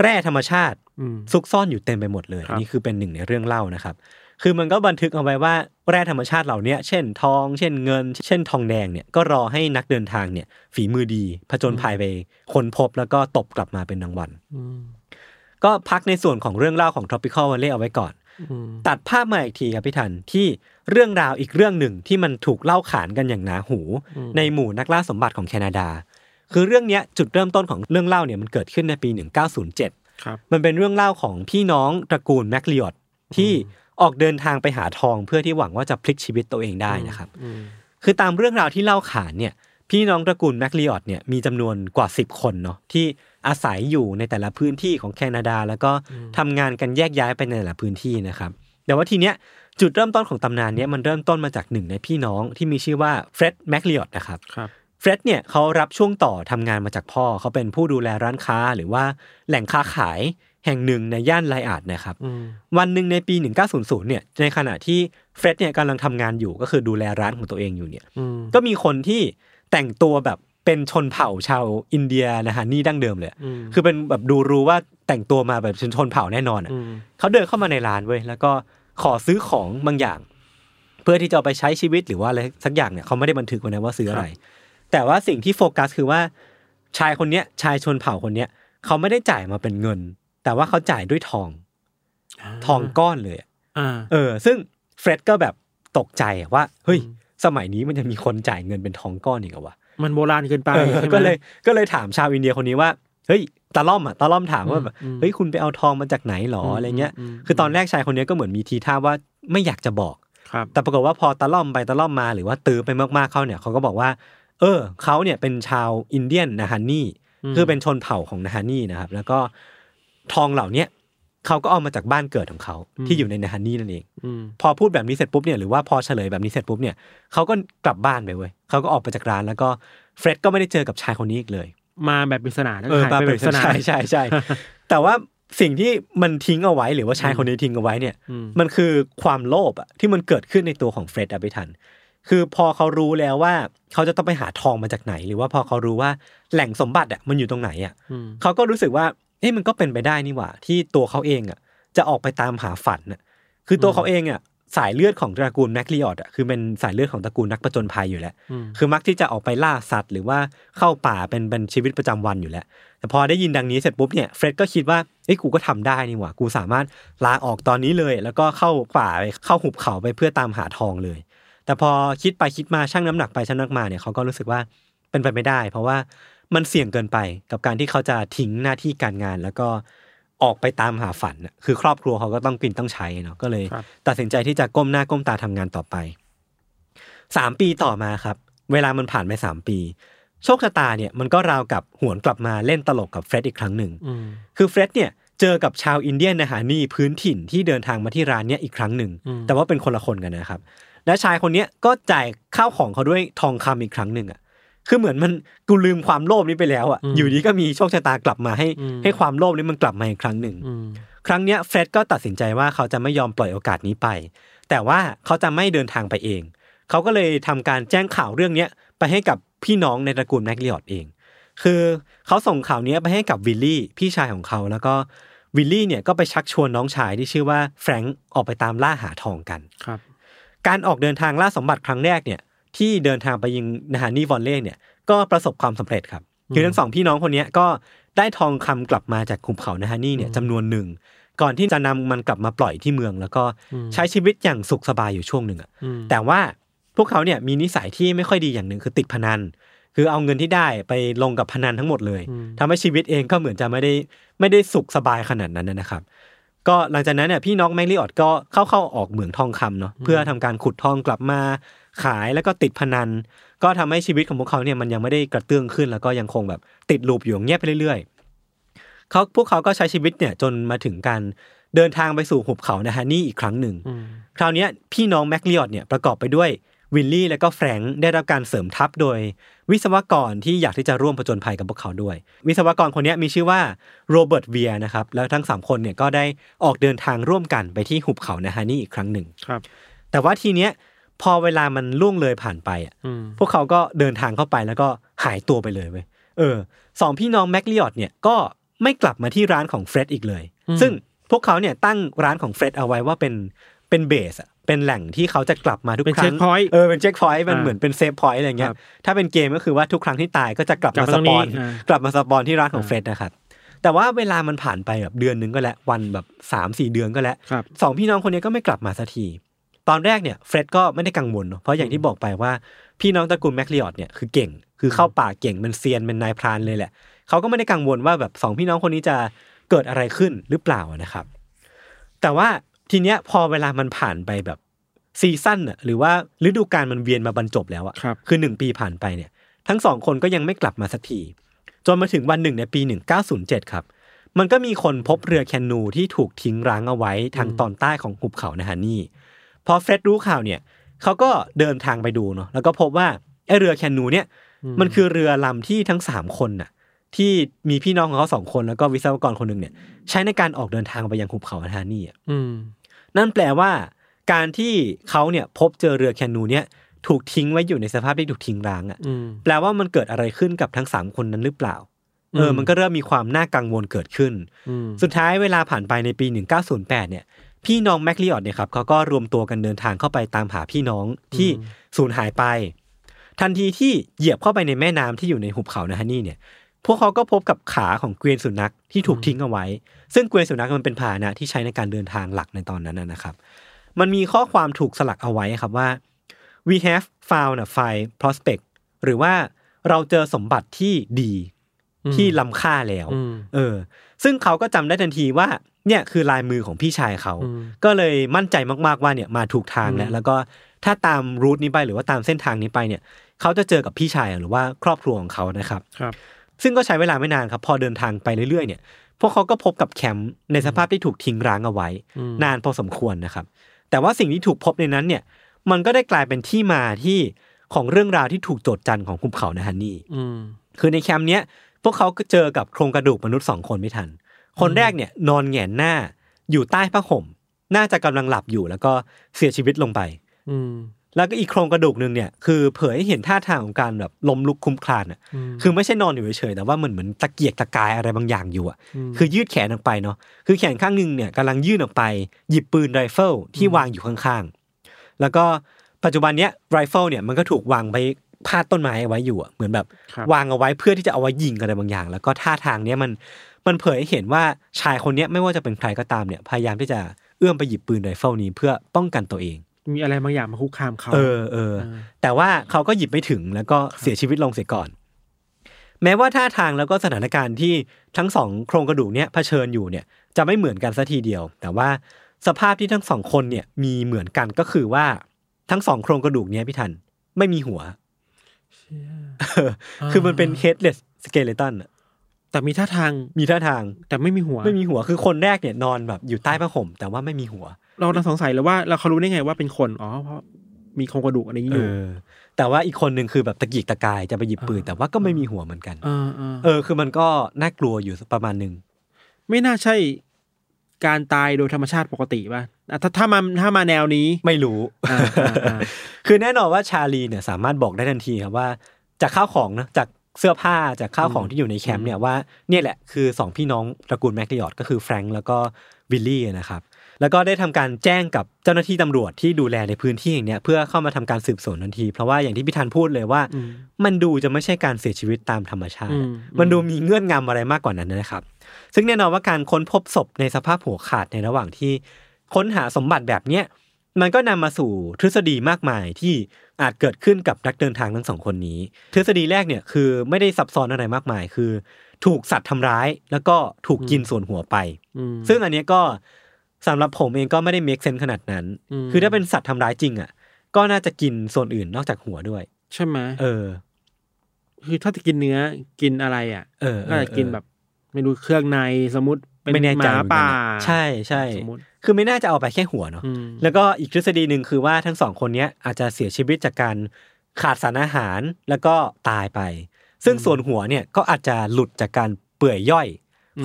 S2: แร่ธรรมชาติ
S3: อืม
S2: ซุกซ่อนอยู่เต็มไปหมดเลย
S3: ครับ
S2: อันนี้คือเป็นหนึ่งในเรื่องเล่านะครับ คือมันก็บันทึกเอาไว้ว่าแร่ธรรมชาติเหล่าเนี้ยเช่นทอง เช่นเงิน เช่นทองแดงเนี่ย ก็รอให้นักเดินทางเนี่ย ฝีมือดี ผจญภัยไปค้นพบแล้วก็ตบกลับมาเป็นรางวัล
S3: อืม
S2: ก็พักในส่วนของเรื่องเล่าของ tropical valley เอาไว้ก่อน
S3: อืม
S2: ตัดภาพมาอีกทีครับพี่ทันที่เรื่องราวอีกเรื่องหนึ่งที่มันถูกเล่าขานกันอย่างหนาหู ในหมู่นักล่าสมบัติของแคนาดา คือเรื่องเนี้ยจุดเริ่มต้นของเรื่องเล่าเนี่ยมันเกิดขึ้นในปี 1907
S3: ครับ
S2: มันเป็นเรื่องเล่าของพี่น้องตระกูลแมคลิออตที่ออกเดินทางไปหาทองเพื่อที่หวังว่าจะพลิกชีวิตตัวเองได้นะครับ
S3: อืม
S2: คือตามเรื่องราวที่เล่าขานเนี่ย พี่น้องตระกูลแมคลิออตเนี่ยมีจำนวนกว่า 10 คนเนาะที่อาศัยอยู่ในแต่ละพื้นที่ของแคนาดา แล้วก็ทำงานกันแยกย้ายไปในแต่ละพื้นที่นะครับแต่ว่าทีเนี้ยจุดเริ่มต้นของตำนานเนี้ยมันเริ่มต้นมาจากหนึ่งในพี่น้องที่มีชื่อว่าเฟร็ดแมคลิออตนะครับ
S3: ครับ
S2: เฟร็ดเนี่ยเขารับช่วงต่อทำงานมาจากพ่อ เขาเป็นผู้ดูแลร้านค้าหรือว่าแหล่งค้าขายแห่งหนึ่งในย่านไลอาดนะครับ
S3: อืม
S2: วันหนึ่งในปี 1900 เนี่ยในขณะที่เฟร็ดเนี่ยกำลังทำงานอยู่ก็คือดูแลร้านของตัวเองอยู่เนี่ย
S3: อืม
S2: ก็มีคนที่แต่งตัวแบบเป็นชนเผ่าชาวอินเดียนะฮะนี่ดั้งเดิมเลย
S3: ม
S2: คือเป็นแบบดูรู้ว่าแต่งตัวมาแบบชนชนเผ่าแน่นอนอะ
S3: ม
S2: เขาเดินเข้ามาในร้านเว้ยแล้วก็ขอซื้อของบางอย่าง เพื่อที่จะเอาไปใช้ชีวิตหรือว่าอะไรสักอย่างเนี่ยเขาไม่ได้บันทึกไว้นะว่าซื้ออะไร แต่ว่าสิ่งที่โฟกัสคือว่า ชายคนเนี้ยชายชนเผ่าคนเนี้ยเขาไม่ได้จ่ายมาเป็นเงิน แต่ว่าเขาจ่ายด้วยทอง
S3: า
S2: ทองก้อนเลยอะ
S3: อ่า
S2: เออ ซึ่งเฟร็ดก็แบบตกใจอะว่าเฮ้ย สมัยนี้มันจะมีคนจ่ายเงินเป็นทองก้อนอีกเหรอวะ
S3: มันโบราณเกินไป
S2: เออ
S3: ใช่ไหม
S2: ก็เลยก็เลยถามชาวอินเดียคนนี้ว่า เฮ้ยตาล่อมอ่ะตาล่อมถามว่าแบบ
S3: อืม
S2: เฮ้ยคุณไปเอาทองมาจากไหนหรอ
S3: อืม
S2: อะไรเงี้ย
S3: อืม
S2: คือตอนแรกชายคนนี้ก็เหมือนมีทีท่าว่าไม่อยากจะบอก
S3: ครับ
S2: แต่ปรากฏว่าพอตาล่อมไปตาล่อมมาหรือว่าตื้อไปมากๆเขาเนี่ยเขาก็บอกว่า เออเขาเนี่ยเป็นชาวอินเดียนนาฮันนี่
S3: อืม
S2: คือเป็นชนเผ่าของนาฮันนี่นะครับ แล้วก็ทองเหล่าเนี้ยเขาก็เอามาจากบ้านเกิดของเขาที่อยู่ในนาฮันนี่นั่นเอง
S3: อืม
S2: พอพูดแบบนี้เสร็จปุ๊บเนี่ยหรือว่าพอเฉลยแบบนี้เสร็จปุ๊บเนี่ยเขาก็กลับบ้านไปเว้ยเขาก็ออกไปจากร้านแล้วก็เฟร็ดก็ไม่ได้เจอกับชายคนนี้อีกเลย
S3: มาแบบปริศนาแล้ว
S2: เออ
S3: หาย
S2: มา
S3: ไป
S2: เป็น
S3: แบบปริศนา
S2: ใช่ใช่ ใช่ แต่ว่าสิ่งที่มันทิ้งเอาไว้หรือว่าชายคนนี้ทิ้งเอาไว้เนี่ย
S3: อืม
S2: มันคือความโลภอะที่มันเกิดขึ้นในตัวของเฟร็ดอะพิทัน คือพอเขารู้แล้วว่าเขาจะต้องไปหาทองมาจากไหน หรือว่าพอเขารู้ว่าแหล่งสมบัติอะมันอยู่ตรงไหนอะ
S3: อืม
S2: เขาก็รู้สึกว่า เอ้มันก็เป็นไปได้นี่หว่า ที่ตัวเขาเองอ่ะ จะออกไปตามหาฝันน่ะ คือตัวเขาเองอ่ะ สายเลือดของตระกูลแมคลิออดอ่ะ คือเป็นสายเลือดของตระกูลนักประจนภัยอยู่แล้ว
S3: อืม
S2: คือมักที่จะออกไปล่าสัตว์ หรือว่าเข้าป่าเป็นเป็นชีวิตประจำวันอยู่แล้ว แต่พอได้ยินดังนี้เสร็จปุ๊บเนี่ย เฟร็ดก็คิดว่า เอ้ยกูก็ทำได้นี่หว่า กูสามารถลาออกตอนนี้เลย แล้วก็เข้าป่าไป เข้าหุบเขาไปเพื่อตามหาทองเลย แต่พอคิดไปคิดมาชั่งน้ำหนักไปชั่งน้ำหนักมาเนี่ยเขาก็รู้สึกว่าเป็นไปไม่ได้ เพราะว่ามันเสี่ยงเกินไปกับการที่เขาจะทิ้งหน้าที่การงาน แล้วก็ออกไปตามหาฝันน่ะคือครอบครัวเขาก็ต้องกินต้องใช้เนาะก็เลย
S3: ครับ
S2: ตัดสินใจที่จะก้มหน้าก้มตาทำงานต่อไปสามปีต่อมาครับ เวลามันผ่านไปสามปี โชคชะตาเนี่ยมันก็ราวกับหวนกลับมาเล่นตลกกับเฟร็ดอีกครั้งหนึ่ง
S3: อืม
S2: คือเฟร็ดเนี่ยเจอกับชาวอินเดียนนะฮะนี่พื้นถิ่นที่เดินทางมาที่ร้านเนี่ยอีกครั้งหนึ่ง แต่ว่าเป็นคนละคนกันนะครับ และชายคนเนี้ยก็จ่ายข้าวของเขาด้วยทองคำอีกครั้งหนึ่งอ่ะคือเหมือนมันกูลืมความโลภนี้ไปแล้วอ่ะอยู่ดีก็มีโชคชะตากลับมาให้ ให้ความโลภนี้มันกลับมาอีกครั้งหนึ่ง
S3: อืม
S2: ครั้งเนี้ยเฟร็ดก็ตัดสินใจว่าเขาจะไม่ยอมปล่อยโอกาสนี้ไป แต่ว่าเขาจะไม่เดินทางไปเอง เขาก็เลยทำการแจ้งข่าวเรื่องเนี้ยไปให้กับพี่น้องในตระกูลแมคลิออดเอง คือเขาส่งข่าวเนี้ยไปให้กับวิลลี่พี่ชายของเขาแล้วก็ วิลลี่เนี่ยก็ไปชักชวนน้องชายที่ชื่อว่าแฟรงก์ออกไปตามล่าหาทองกัน
S3: ครับ
S2: การออกเดินทางล่าสมบัติครั้งแรกเนี่ยที่เดินทางไปยิงนาฮานีวอนเล่เนี่ยก็ประสบความสำเร็จครับ คือทั้งสองพี่น้องคนเนี้ยก็ได้ทองคำกลับมาจากขุมเขานาฮานีเนี่ยจำนวนหนึ่ง ก่อนที่จะนำมันกลับมาปล่อยที่เมือง แล้วก็ใช้ชีวิตอย่างสุขสบายอยู่ช่วงหนึ่งอะ
S3: อืม
S2: แต่ว่าพวกเขาเนี่ยมีนิสัยที่ไม่ค่อยดีอย่างหนึ่งคือติดพนัน คือเอาเงินที่ได้ไปลงกับพนันทั้งหมดเลยทำให้ชีวิตเองก็เหมือนจะไม่ได้ไม่ได้สุขสบายขนาดนั้นนะครับ ก็หลังจากนั้นเนี่ยพี่น้องแมกลิออดก็เข้าเข้าๆออกเหมืองทองคำเนาะเพื่อทำการขุดทองกลับมา ขายแล้วก็ติดพนัน ก็ทำให้ชีวิตของพวกเขาเนี่ยมันยังไม่ได้กระเตื้องขึ้น แล้วก็ยังคงแบบติดลูปอยู่อย่างเงี้ยไปเรื่อยๆเขาพวกเขาก็ใช้ชีวิตเนี่ยจนมาถึงการเดินทางไปสู่หุบเขานะฮะนี่อีกครั้งหนึ่ง คราวเนี้ยพี่น้องแมคลิออดเนี่ยประกอบไปด้วยวิลลี่และก็แฟรงค์ได้รับการเสริมทัพโดย วิศวกรที่อยากที่จะร่วมผจญภัยกับพวกเขาด้วย วิศวกรคนเนี้ยมีชื่อว่าโรเบิร์ตเวียร์นะครับแล้วทั้งสามคนเนี่ยก็ได้ออกเดินทางร่วมกันไปที่หุบเขานะฮานี่อีกครั้งหนึ่ง
S3: ครับ
S2: แต่ว่าทีเนี้ยพอเวลามันล่วงเลยผ่านไปอ่ะ
S3: อืม
S2: พวกเขาก็เดินทางเข้าไปแล้วก็หายตัวไปเลยเว้ยเออสองพี่น้องแมคลิออดเนี่ยก็ไม่กลับมาที่ร้านของเฟร็ดอีกเลย ซึ่งพวกเขาเนี่ยตั้งร้านของเฟร็ดเอาไว้ว่าเป็นเป็นเบสอะเป็นแหล่งที่เขาจะกลับมาทุก
S3: เป็น
S2: ครั้ง
S3: checkpoint
S2: เออเป็นเช็คพอยต์มัน
S3: อ่า
S2: เหมือนเป็นเซฟพอยต์อะไรเงี้ย
S3: ครับ
S2: ถ้าเป็นเกมก็คือว่าทุกครั้งที่ตายก็จะกลับ
S3: กลับ
S2: มาส
S3: มาตรง
S2: ป
S3: นี้
S2: อน
S3: อ่าก
S2: ลับมาสปอนที่ร้านของ
S3: อ่า
S2: เฟร็ดนะครับ แต่ว่าเวลามันผ่านไปแบบเดือนหนึงก็แล้ววันแบบสามสี่เดือนก็แล้ว
S3: ครับ
S2: สองพี่น้องคนนี้ก็ไม่กลับมาสักที ตอนแรกเนี่ยเฟร็ดก็ไม่ได้กังวลเนอะเพราะอย่างที่บอกไปว่า พี่น้องตระกูลแมคลีออดเนี่ยคือเก่ง คือเข้าป่าเก่งเป็นเซียนเป็นนายพรานเลยแหละ เขาก็ไม่ได้กังวลว่าแบบสองพี่น้องคนนี้จะเกิดอะไรขึ้นหรือเปล่านะครับ แต่ว่าทีเนี้ยพอเวลามันผ่านไปแบบซีซั่นน่ะหรือว่าฤดูกาลมันเวียนมาบรรจบแล้วอะ
S3: ครับ
S2: คือหนึ่งปีผ่านไปเนี่ย ทั้งสองคนก็ยังไม่กลับมาสักที จนมาถึงวันหนึ่งในปี 1907 ครับ มันก็มีคนพบเรือแคนูที่ถูกทิ้งร้างเอาไว้ทางตอนใต้ของหุบเขานะฮะนี่ พอเฟร็ดรู้ข่าวเนี่ยเขาก็เดินทางไปดูเนาะแล้วก็พบว่าไอเรือแคนูเนี่ย มันคือเรือลำที่ทั้งสามคนน่ะ ที่มีพี่น้องของเขาสองคนแล้วก็วิศวกรคนหนึ่งเนี่ย ใช้ในการออกเดินทางไปยังหุบเขานะฮะนี่อะ
S3: อืม
S2: นั่นแปลว่าการที่เขาเนี่ยพบเจอเรือแคนูเนี่ยถูกทิ้งไว้อยู่ในสภาพที่ถูกทิ้งร้างอะ่ะ
S3: อืม
S2: แปลว่ามันเกิดอะไรขึ้นกับทั้งสามคนนั้นหรือเปล่าเออ
S3: อืม
S2: มันก็เริ่มมีความน่ากังวลเกิดขึ้น
S3: อืม
S2: สุดท้ายเวลาผ่านไปในปี 1908 เนี่ย พี่น้องแมคลิออดเนี่ยครับเขาก็รวมตัวกันเดินทางเข้าไปตามหาพี่น้องที่สูญหายไป ทันทีที่เหยียบเข้าไปในแม่น้ำที่อยู่ในหุบเขานะฮะนี่เนี่ย พวกเขาก็พบกับขาของเกวียนสุนัขที่ถูกทิ้งเอาไว้ ซึ่งเกวียนสุนัขมันเป็นพาหนะที่ใช้ในการเดินทางหลักในตอนนั้นนะนะครับ มันมีข้อความถูกสลักเอาไว้ครับว่า we have found a fine prospect หรือว่าเราเจอสมบัติที่ดีที่ล้ำค่าแล้ว
S3: อืม
S2: เออ ซึ่งเขาก็จำได้ทันทีว่า เนี่ยคือลายมือของพี่ชายเขา ก็เลยมั่นใจมากๆว่าเนี่ยมาถูกทางแล้ว แล้วก็ถ้าตามรูทนี้ไปหรือว่าตามเส้นทางนี้ไปเนี่ย เขาจะเจอกับพี่ชายหรือว่าครอบครัวของเขานะครับ
S3: ครับ
S2: ซึ่งก็ใช้เวลาไม่นานครับ พอเดินทางไปเรื่อยๆเนี่ย พวกเขาก็พบกับแคมป์ในสภาพที่ถูกทิ้งร้างเอาไว้
S3: อืม
S2: นานพอสมควรนะครับ แต่ว่าสิ่งที่ถูกพบในนั้นเนี่ย มันก็ได้กลายเป็นที่มาที่ของเรื่องราวที่ถูกโจดจันของภูเขานะฮันนี่
S3: อืม
S2: คือในแคมป์เนี้ยพวกเขาก็เจอกับโครงกระดูกมนุษย์สองคนไม่ทัน คนแรกเนี่ยนอนแหงนหน้าอยู่ใต้ผ้าห่ม น่าจะกำลังหลับอยู่แล้วก็เสียชีวิตลงไป
S3: อืม
S2: แล้วก็อีกโครงกระดูกหนึ่งเนี่ยคือเผยให้เห็นท่าทางของการแบบล้มลุกคลุมคลานอ่ะ
S3: อืม
S2: คือไม่ใช่นอนอยู่เฉยๆแต่ว่าเหมือนเหมือนตะเกียกตะกายอะไรบางอย่างอยู่อ่ะคือยืดแขนออกไปเนาะคือแขนข้างหนึ่งเนี่ยกำลังยื่นออกไป หยิบปืนไรเฟิลที่วางอยู่ข้างๆ แล้วก็ปัจจุบันเนี้ยไรเฟิลเนี่ยมันก็ถูกวางไปพาดต้นไม้เอาไว้อยู่อะเหมือนแบบ
S3: ครับ
S2: วางเอาไว้เพื่อที่จะเอาไว้ยิงอะไรบางอย่าง แล้วก็ท่าทางเนี้ยมันมันเผยให้เห็นว่าชายคนเนี้ยไม่ว่าจะเป็นใครก็ตามเนี่ยพยายามที่จะเอื้อมไปหยิบปืนไรเฟิลนี้เพื่อป้องกันตัวเอง
S3: มีอะไรบางอย่างมาคุกคามเขา
S2: เออเออ แต่ว่าเขาก็หยิบไม่ถึงแล้วก็เสียชีวิตลงเสียก่อน แม้ว่าท่าทางแล้วก็สถานการณ์ที่ทั้งสองโครงกระดูกเนี่ยเผชิญอยู่เนี่ยจะไม่เหมือนกันสัทีเดียว แต่ว่าสภาพที่ทั้งสองคนเนี่ยมีเหมือนกันก็คือว่าทั้งสองโครงกระดูกเนี่ยพี่ทันไม่มีหัวเออคือมันเป็น headless skeleton อะ
S3: แต่มีท่าทาง
S2: มีท่าทาง
S3: แต่ไม่มีหัว
S2: ไม่มีหัวคือคนแรกเนี่ยนอนแบบอยู่ใต้ผ้าห่ม แต่ว่าไม่มีหัว
S3: เราเราสงสัยเลยว่าเราเขารู้ได้ไงว่าเป็นคนอ๋อเพราะมีโครงกระดูกอะไรอย่างนี้อยู่
S2: เออ แต่ว่าอีกคนหนึ่งคือแบบตะกิกตะกายจะไปหยิบปืน แต่ว่าก็ไม่มีหัวเหมือนกัน
S3: เออเออ
S2: เออคือมันก็น่ากลัวอยู่ประมาณหนึ่ง
S3: ไม่น่าใช่การตายโดยธรรมชาติปกติป่ะอ่ะถ้าถ้ามาถ้ามาแนวนี้
S2: ไม่รู้
S3: อ่าอ่าอ่า
S2: คือแน่นอนว่าชาลีเนี่ยสามารถบอกได้ทันทีครับว่าจากข้าวของนะจาก เสื้อผ้าจากข้าวของที่อยู่ในแคมป์เนี่ยว่าเนี่ยแหละคือสองพี่น้องตระกูลแมคลิออดก็คือแฟรงค์แล้วก็วิลลี่นะครับ แล้วก็ได้ทำการแจ้งกับเจ้าหน้าที่ตำรวจที่ดูแลในพื้นที่อย่างเนี้ยเพื่อเข้ามาทำการสืบสวนทันที เพราะว่าอย่างที่พี่ธันพูดเลยว่า มันดูจะไม่ใช่การเสียชีวิตตามธรรมชาติ
S3: อืม
S2: มันดูมีเงื่อนงำอะไรมากกว่านั้นนะครับ ซึ่งแน่นอนว่าการค้นพบศพในสภาพหัวขาดในระหว่างที่ค้นหาสมบัติแบบเนี้ยมันก็นำมาสู่ทฤษฎีมากมายที่อาจเกิดขึ้นกับนักเดินทางทั้งสองคนนี้ ทฤษฎีแรกเนี่ยคือไม่ได้ซับซ้อนอะไรมากมาย คือ ถูกสัตว์ทำร้าย แล้วก็ถูกกินส่วนหัวไป
S3: อืม
S2: ซึ่งอันเนี้ยก็สำหรับผมเองก็ไม่ได้เมคเซนขนาดนั้น
S3: อืม
S2: คือถ้าเป็นสัตว์ทำร้ายจริงอ่ะก็น่าจะกินส่วนอื่นนอกจากหัวด้วย
S3: ใช่ไหม
S2: เออ
S3: คือถ้าจะกินเนื้อกินอะไรอ่ะ
S2: เออเออ
S3: ก็จะกินแบบ ไม่รู้เครื่องในสมมติเป็น
S2: ไม่แน่
S3: ห
S2: ใจ
S3: มา
S2: เหมือนกัน
S3: ป่า
S2: อะใช่ใช่
S3: สมมติ
S2: คือไม่น่าจะเอาไปแค่หัวเนาะ
S3: อืม
S2: แล้วก็อีกทฤษฎีหนึ่งคือว่าทั้งสองคนเนี้ยอาจจะเสียชีวิตจากการขาดสารอาหารแล้วก็ตายไป ซึ่งส่วนหัวเนี่ยก็อาจจะหลุดจากการเปื่อยย่อย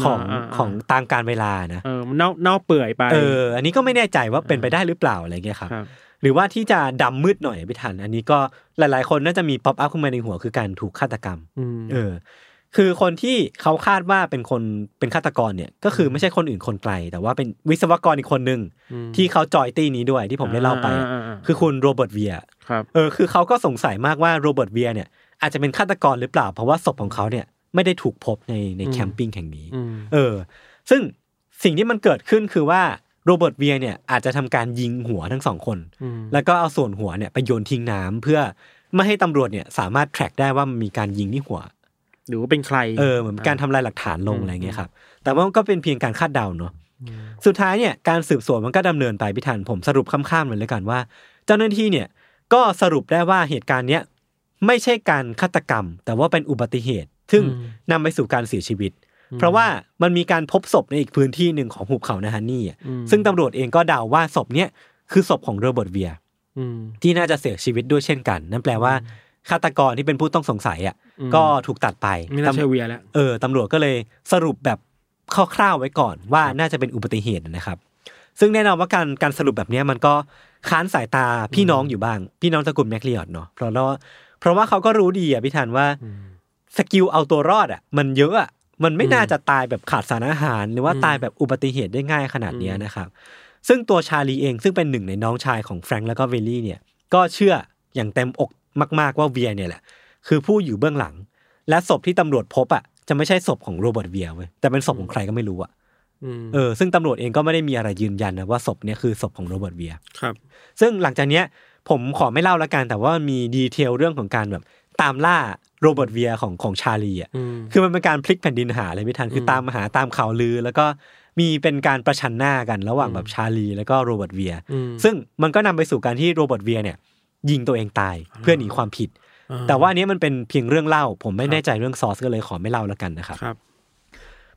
S2: ของ
S3: อ่าอ่า
S2: ของตามการเวลานะ
S3: เออมันเน่าเน่าเปื่อยไป
S2: เออ อันนี้ก็ไม่แน่ใจว่าเป็นไปได้หรือเปล่าอะไรเงี้ยครับ
S3: ครับ
S2: หรือว่าที่จะดำมืดหน่อยพี่ทัน อันนี้ก็หลาย ๆ คนน่าจะมีป๊อปอัพขึ้นมาในหัวคือการถูกฆาตกรรม
S3: อืม
S2: เออ คือคนที่เขาคาดว่าเป็นคนเป็นฆาตกรเนี่ย ก็คือไม่ใช่คนอื่นคนไกล แต่ว่าเป็นวิศวกรอีกคนหนึ่ง
S3: ม
S2: ที่เขาจอยตี้นี้ด้วยที่ผมได้เล่าไป
S3: อ่าๆๆ
S2: คือคุณโรเบิร์ตเวียร์
S3: ครับ
S2: เออ คือเขาก็สงสัยมากว่าโรเบิร์ตเวียร์เนี่ยอาจจะเป็นฆาตกรหรือเปล่า เพราะว่าศพของเขาเนี่ยไม่ได้ถูกพบในใน
S3: อืม
S2: แคมปิ้งแห่งนี้
S3: อืม
S2: เออ ซึ่งสิ่งที่มันเกิดขึ้นคือว่าโรเบิร์ตเวียร์เนี่ยอาจจะทำการยิงหัวทั้งสองคน
S3: อืม
S2: แล้วก็เอาส่วนหัวเนี่ยไปโยนทิ้งน้ำเพื่อไม่ให้ตำรวจเนี่ยสามารถ track ได้ว่ามันมีการยิงที่หัว
S3: หรือว่าเป็นใคร
S2: เออเหมือนการทำลายหลักฐานลง
S3: อืม
S2: อะไรเงี้ยครับ แต่ว่ามันก็เป็นเพียงการคาดเดาเนาะ สุดท้ายเนี่ยการสืบสวนมันก็ดำเนินไปพิธันผมสรุปข้ามๆเลยแล้วกันว่า เจ้าหน้าที่เนี่ยก็สรุปได้ว่าเหตุการณ์เนี้ยไม่ใช่การฆาตกรรม แต่ว่าเป็นอุบัติเหตุ ซึ่งนำไปสู่การเสียชีวิต เพราะว่ามันมีการพบศพในอีกพื้นที่หนึ่งของหุบเขานะฮันนี่อะ
S3: อืม
S2: ซึ่งตำรวจเองก็เดาว่าศพเนี้ยคือศพของโรเบิร์ตเวียร์
S3: อืม
S2: ที่น่าจะเสียชีวิตด้วยเช่นกัน นั่นแปลว่าฆาตกรที่เป็นผู้ต้องสงสัยอ่ะ
S3: อืม
S2: ก็ถูกตัดไป
S3: ไม่น่า
S2: ตำ
S3: เชื่อเวียแล้ว
S2: เออตำรวจก็เลยสรุปแบบคร่าวๆไว้ก่อนว่าน่าจะเป็นอุบัติเหตุนะครับ ซึ่งแน่นอนว่าการการสรุปแบบเนี้ยมันก็ค้านสายตาพี่น้องอยู่บ้าง พี่น้องตระกูลแมคลีออดเนาะเพราะว่าเพราะว่าเขาก็รู้ดีอ่ะพี่ธันว่าสกิลเอาตัวรอดอ่ะมันเยอะอ่ะมันไม่น่าจะตายแบบขาดสารอาหาร หรือว่าตายแบบอุบัติเหตุได้ง่ายขนาดเนี้ยนะครับ ซึ่งตัวชาลีเองซึ่งเป็นหนึ่งในน้องชายของแฟรงค์แล้วก็เวลลี่เนี่ยก็เชื่ออย่างเต็มอกมาก ๆ ว่าเวียร์เนี่ยแหละ คือผู้อยู่เบื้องหลัง และศพที่ตำรวจพบอ่ะจะไม่ใช่ศพของโรเบิร์ตเวียร์เว้ยแต่เป็นศพของใครก็ไม่รู้อ่ะ
S3: อืม
S2: เออซึ่งตำรวจเองก็ไม่ได้มีอะไรยืนยันนะว่าศพเนี่ยคือศพของโรเบิร์ตเวียร์
S3: ครับ
S2: ซึ่งหลังจากเนี้ยผมขอไม่เล่าละกันแต่ว่ามีดีเทลเรื่องของการแบบตามล่าโรเบิร์ตเวียร์ของของชาลีอ่ะ
S3: อืม
S2: คือมันเป็นการพลิกแผ่นดินหาเลยไม่ทันคืออตามหาตามข่าวลือ แล้วก็มีเป็นการประชันหน้ากันระหว่างแบบชาลีแล้วก็โรเบิร์ตเวียร์
S3: อืม
S2: ซึ่งมันก็นำไปสู่การที่โรเบิร์ตเวียร์เนี่ยยิงตัวเองตายเพื่อหนีความผิด
S3: อ่า
S2: แต่ว่าอันเนี้ยมันเป็นเพียงเรื่องเล่า ผมไม่แน่ใจเรื่องซอสก็เลยขอไม่เล่าละกันนะครับ
S3: ครับ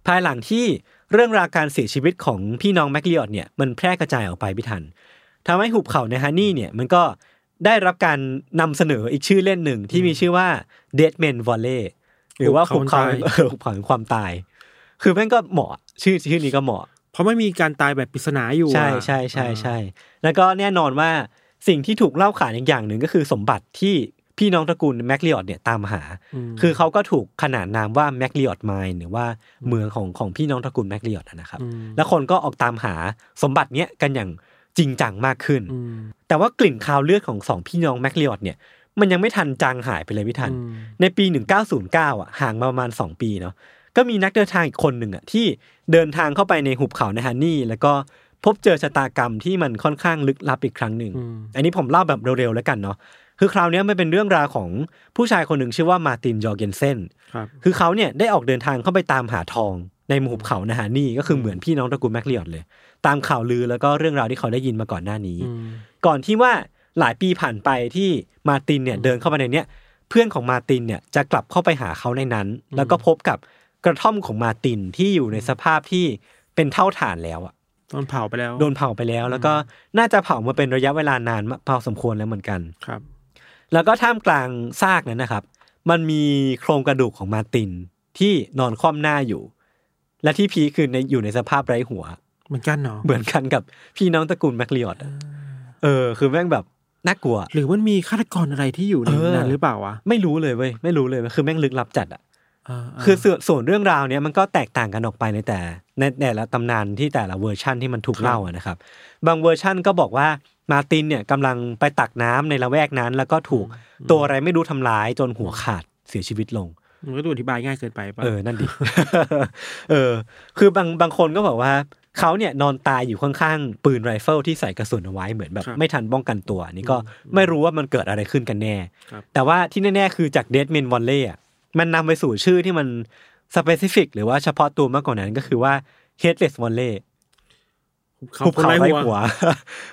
S2: ภายหลังที่เรื่องราวการเสียชีวิตของพี่น้องแมคลิออดเนี่ยมันแพร่กระจายออกไปพิทันทำให้หุบเขาในฮันนี่เนี่ยมันก็ได้รับการนำเสนออีกชื่อเล่นหนึ่งที่มีชื่อว่า Dead Men Valley หรือว่า
S3: หุ
S2: หุบบ เขา
S3: เขา
S2: เอ
S3: แห่งความตาย
S2: อหุบเขาแห่ งความตาย คือแม่งก็เหมาะชื่อชื่อนี้ก็เหมาะ
S3: เพราะไม่มีการตายแบบปริศนาอยู่อะ
S2: ใช่ใช่ใช่ใช่ แล้วก็แน่นอนว่าสิ่งที่ถูกเล่าขานอีกอย่างหนึ่งก็คือสมบัติที่พี่น้องตระกูลแมคลิออดเนี่ยตามหา คือเขาก็ถูกขนานนามว่าแมคลิออดไมน์หรือว่าเมืองของของพี่น้องตระกูลแมคลิออดนะครับ แล้วคนก็ออกตามหาสมบัติเนี้ยกันอย่างจริงจังมากขึ้น
S3: อืม
S2: แต่ว่ากลิ่นคาวเลือดของสองพี่น้องแมคลิออดเนี่ยมันยังไม่ทันจางหายไปเลยพี่ทัน
S3: อืม
S2: ในปี 1909 อ่ะห่างมาประมาณ 2 ปีเนาะก็มีนักเดินทางอีกคนหนึ่งอ่ะที่เดินทางเข้าไปในหุบเขาในฮันนี่ แล้วก็พบเจอชะตากรรมที่มันค่อนข้างลึกลับอีกครั้งหนึ่ง
S3: อืม
S2: อันนี้ผมเล่าแบบเร็วๆแล้วกันเนาะคือคราวเนี้ยมันเป็นเรื่องราวของผู้ชายคนหนึ่งชื่อว่ามาร์ตินยอร์เกนเซน
S3: ครับ
S2: คือเขาเนี่ยได้ออกเดินทางเข้าไปตามหาทองในหุบเขานะฮานี่ก็คือเหมือนพี่น้องตระกูลแมคเลียดเลย ตามข่าวลือแล้วก็เรื่องราวที่เขาได้ยินมาก่อนหน้านี้
S3: อืม
S2: ก่อนที่ว่าหลายปีผ่านไปที่มาร์ตินเนี่ยเดินเข้าไปในเนี้ยเพื่อนของมาร์ตินเนี่ยจะกลับเข้าไปหาเขาในนั้น แล้วก็พบกับกระท่อมของมาร์ตินที่อยู่ในสภาพที่เป็นเท่าฐานแล้วอะ
S3: ตอนเผาไปแล้ว
S2: โดนเผาไปแล้ว แล้วก็น่าจะเผามาเป็นระยะเวลานานมาพอสมควรแล้วเหมือนกัน
S3: ครับ
S2: แล้วก็ท่ามกลางซากนั้นนะครับ มันมีโครงกระดูกของมาร์ตินที่นอนคว่ำหน้าอยู่ และที่พีคคือในอยู่ในสภาพไร้หัว
S3: เหมือนกันเนาะ
S2: เหมือนกันกับพี่น้องตระกูลแมคลิออดอะเออ คือแม่งแบบ น่ากลัว
S3: หรือมันมีฆาตกรอะไรที่อยู่ใน
S2: เออ
S3: นั้นหรือเปล่าวะ
S2: ไม่รู้เลยเว้ยไม่รู้เลยเว้ยคือแม่งลึกลับจัดอ่ะ
S3: าา
S2: คือส่วนส่วนเรื่องราวเนี้ยมันก็แตกต่างกันออกไปในแต่ในแต่ละตำนานที่แต่ละเวอร์ชั่นที่มันถูกเล่าอะนะครับ บางเวอร์ชั่นก็บอกว่ามาร์ตินเนี่ยกำลังไปตักน้ำในละแวกนั้น แล้วก็ถูกตัวอะไรไม่รู้ทำร้ายจนหัวขาดเสียชีวิตลง
S3: มันก็ดูอธิบายง่ายเกินไปปะ
S2: เออ นั่นดิ เออ คือบางบางคนก็บอกว่า เขาเนี่ยนอนตายอยู่ข้างๆ ปืนไรเฟิลที่ใส่กระสุนเอาไว้เหมือนแบบ ไม่ทันป้องกันตัวอันนี่ก็ไม่รู้ว่ามันเกิดอะไรขึ้นกันแน่ แต่ว่าที่แน่ๆ คือจากเดดเมนวอลเล่อะมันนำไปสู่ชื่อที่มันสเปซิฟิกหรือว่าเฉพาะตัวมากกว่านั้นก็คือว่า headless v o l l e y
S3: หุบเขาไร้หั
S2: หั
S3: ว
S2: ว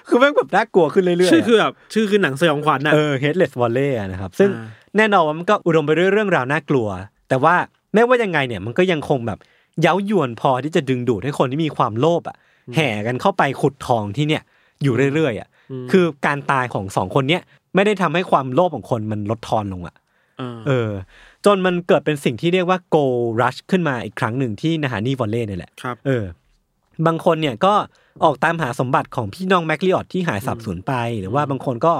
S2: คือแม่งแบบน่ากลัวขึ้นเรื่อยๆ
S3: ชื่อ
S2: อะ
S3: คือแบบชื่อคือหนังสยองขวัญนะ
S2: เออ headless volley อะนะครับ ซึ่ง
S3: อ่า
S2: แน่นอนว่ามันก็อุดมไปด้วยเรื่องราวน่ากลัว แต่ว่าแม้ว่ายังไงเนี่ยมันก็ยังคงแบบเย้ายวนพอที่จะดึงดูดให้คนที่มีความโลภอะแห่กันเข้าไปขุดทองที่เนี่ยอยู่เรื่อยๆอ่ะคือการตายของสองคนเนี้ยไม่ได้ทำให้ความโลภของคนมันลดทอนลงอ่ะ
S3: เอ
S2: เอ
S3: อ
S2: อ จนมันเกิดเป็นสิ่งที่เรียกว่า go rush ขึ้นมาอีกครั้งหนึ่งที่นาฮานีวอลเล่เนี่ยแหละ
S3: ครับ
S2: เออ บางคนเนี่ยก็ออกตามหาสมบัติของพี่น้องแมคลิออดที่หายสับสูญไป หรือว่าบางคนก็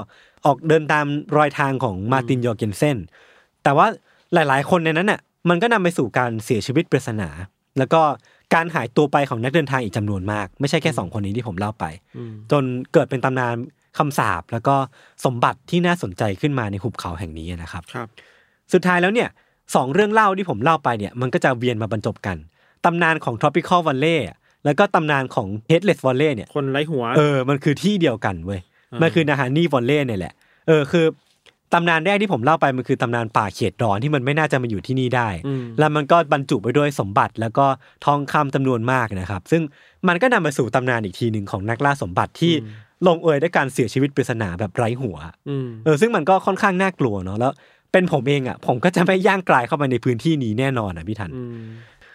S2: ออกเดินตามรอยทางของมาร์ตินยอร์เกนเซนแต่ว่าหลายๆ คนในนั้นน่ะมันก็นำไปสู่การเสียชีวิตปริศนา แล้วก็การหายตัวไปของนักเดินทางอีกจำนวนมาก ไม่ใช่แค่สองคนนี้ที่ผมเล่าไป
S3: อืม
S2: จนเกิดเป็นตำนานคำสาปแล้วก็สมบัติที่น่าสนใจขึ้นมาในหุบเขาแห่งนี้นะครับ
S3: ครับ
S2: สุดท้ายแล้วเนี่ยสองเรื่องเล่าที่ผมเล่าไปเนี่ยมันก็จะเวียนมาบรรจบกัน ตำนานของ tropical valley อะแล้วก็ตำนานของ headless valley เนี่ย
S3: คนไร้หัว
S2: เออมันคือที่เดียวกันเว้ย
S3: อ่ามั
S2: มันคือนาฮานี่ valley เนี่ยแหละเออคือตำนานแรกที่ผมเล่าไปมันคือตำนานป่าเขตร้อนที่มันไม่น่าจะมาอยู่ที่นี่ได้
S3: ม
S2: แล้วมันก็บรรจุไปด้วยสมบัติแล้วก็ทองคำจำนวนมากนะครับ ซึ่งมันก็นำมาสู่ตำนานอีกทีหนึ่งของนักล่าสมบัติที่ลงเอยด้วยการเสียชีวิตปริศนาแบบไร้หัว
S3: อืม
S2: เออซึ่งมันก็ค่อนข้างน่ากลัวเนาะแล้วเป็นผมเองอ่ะผมก็จะไม่ย่างกลายเข้าไปในพื้นที่นี้แน่นอนอ่ะพี่ทัน
S3: อืม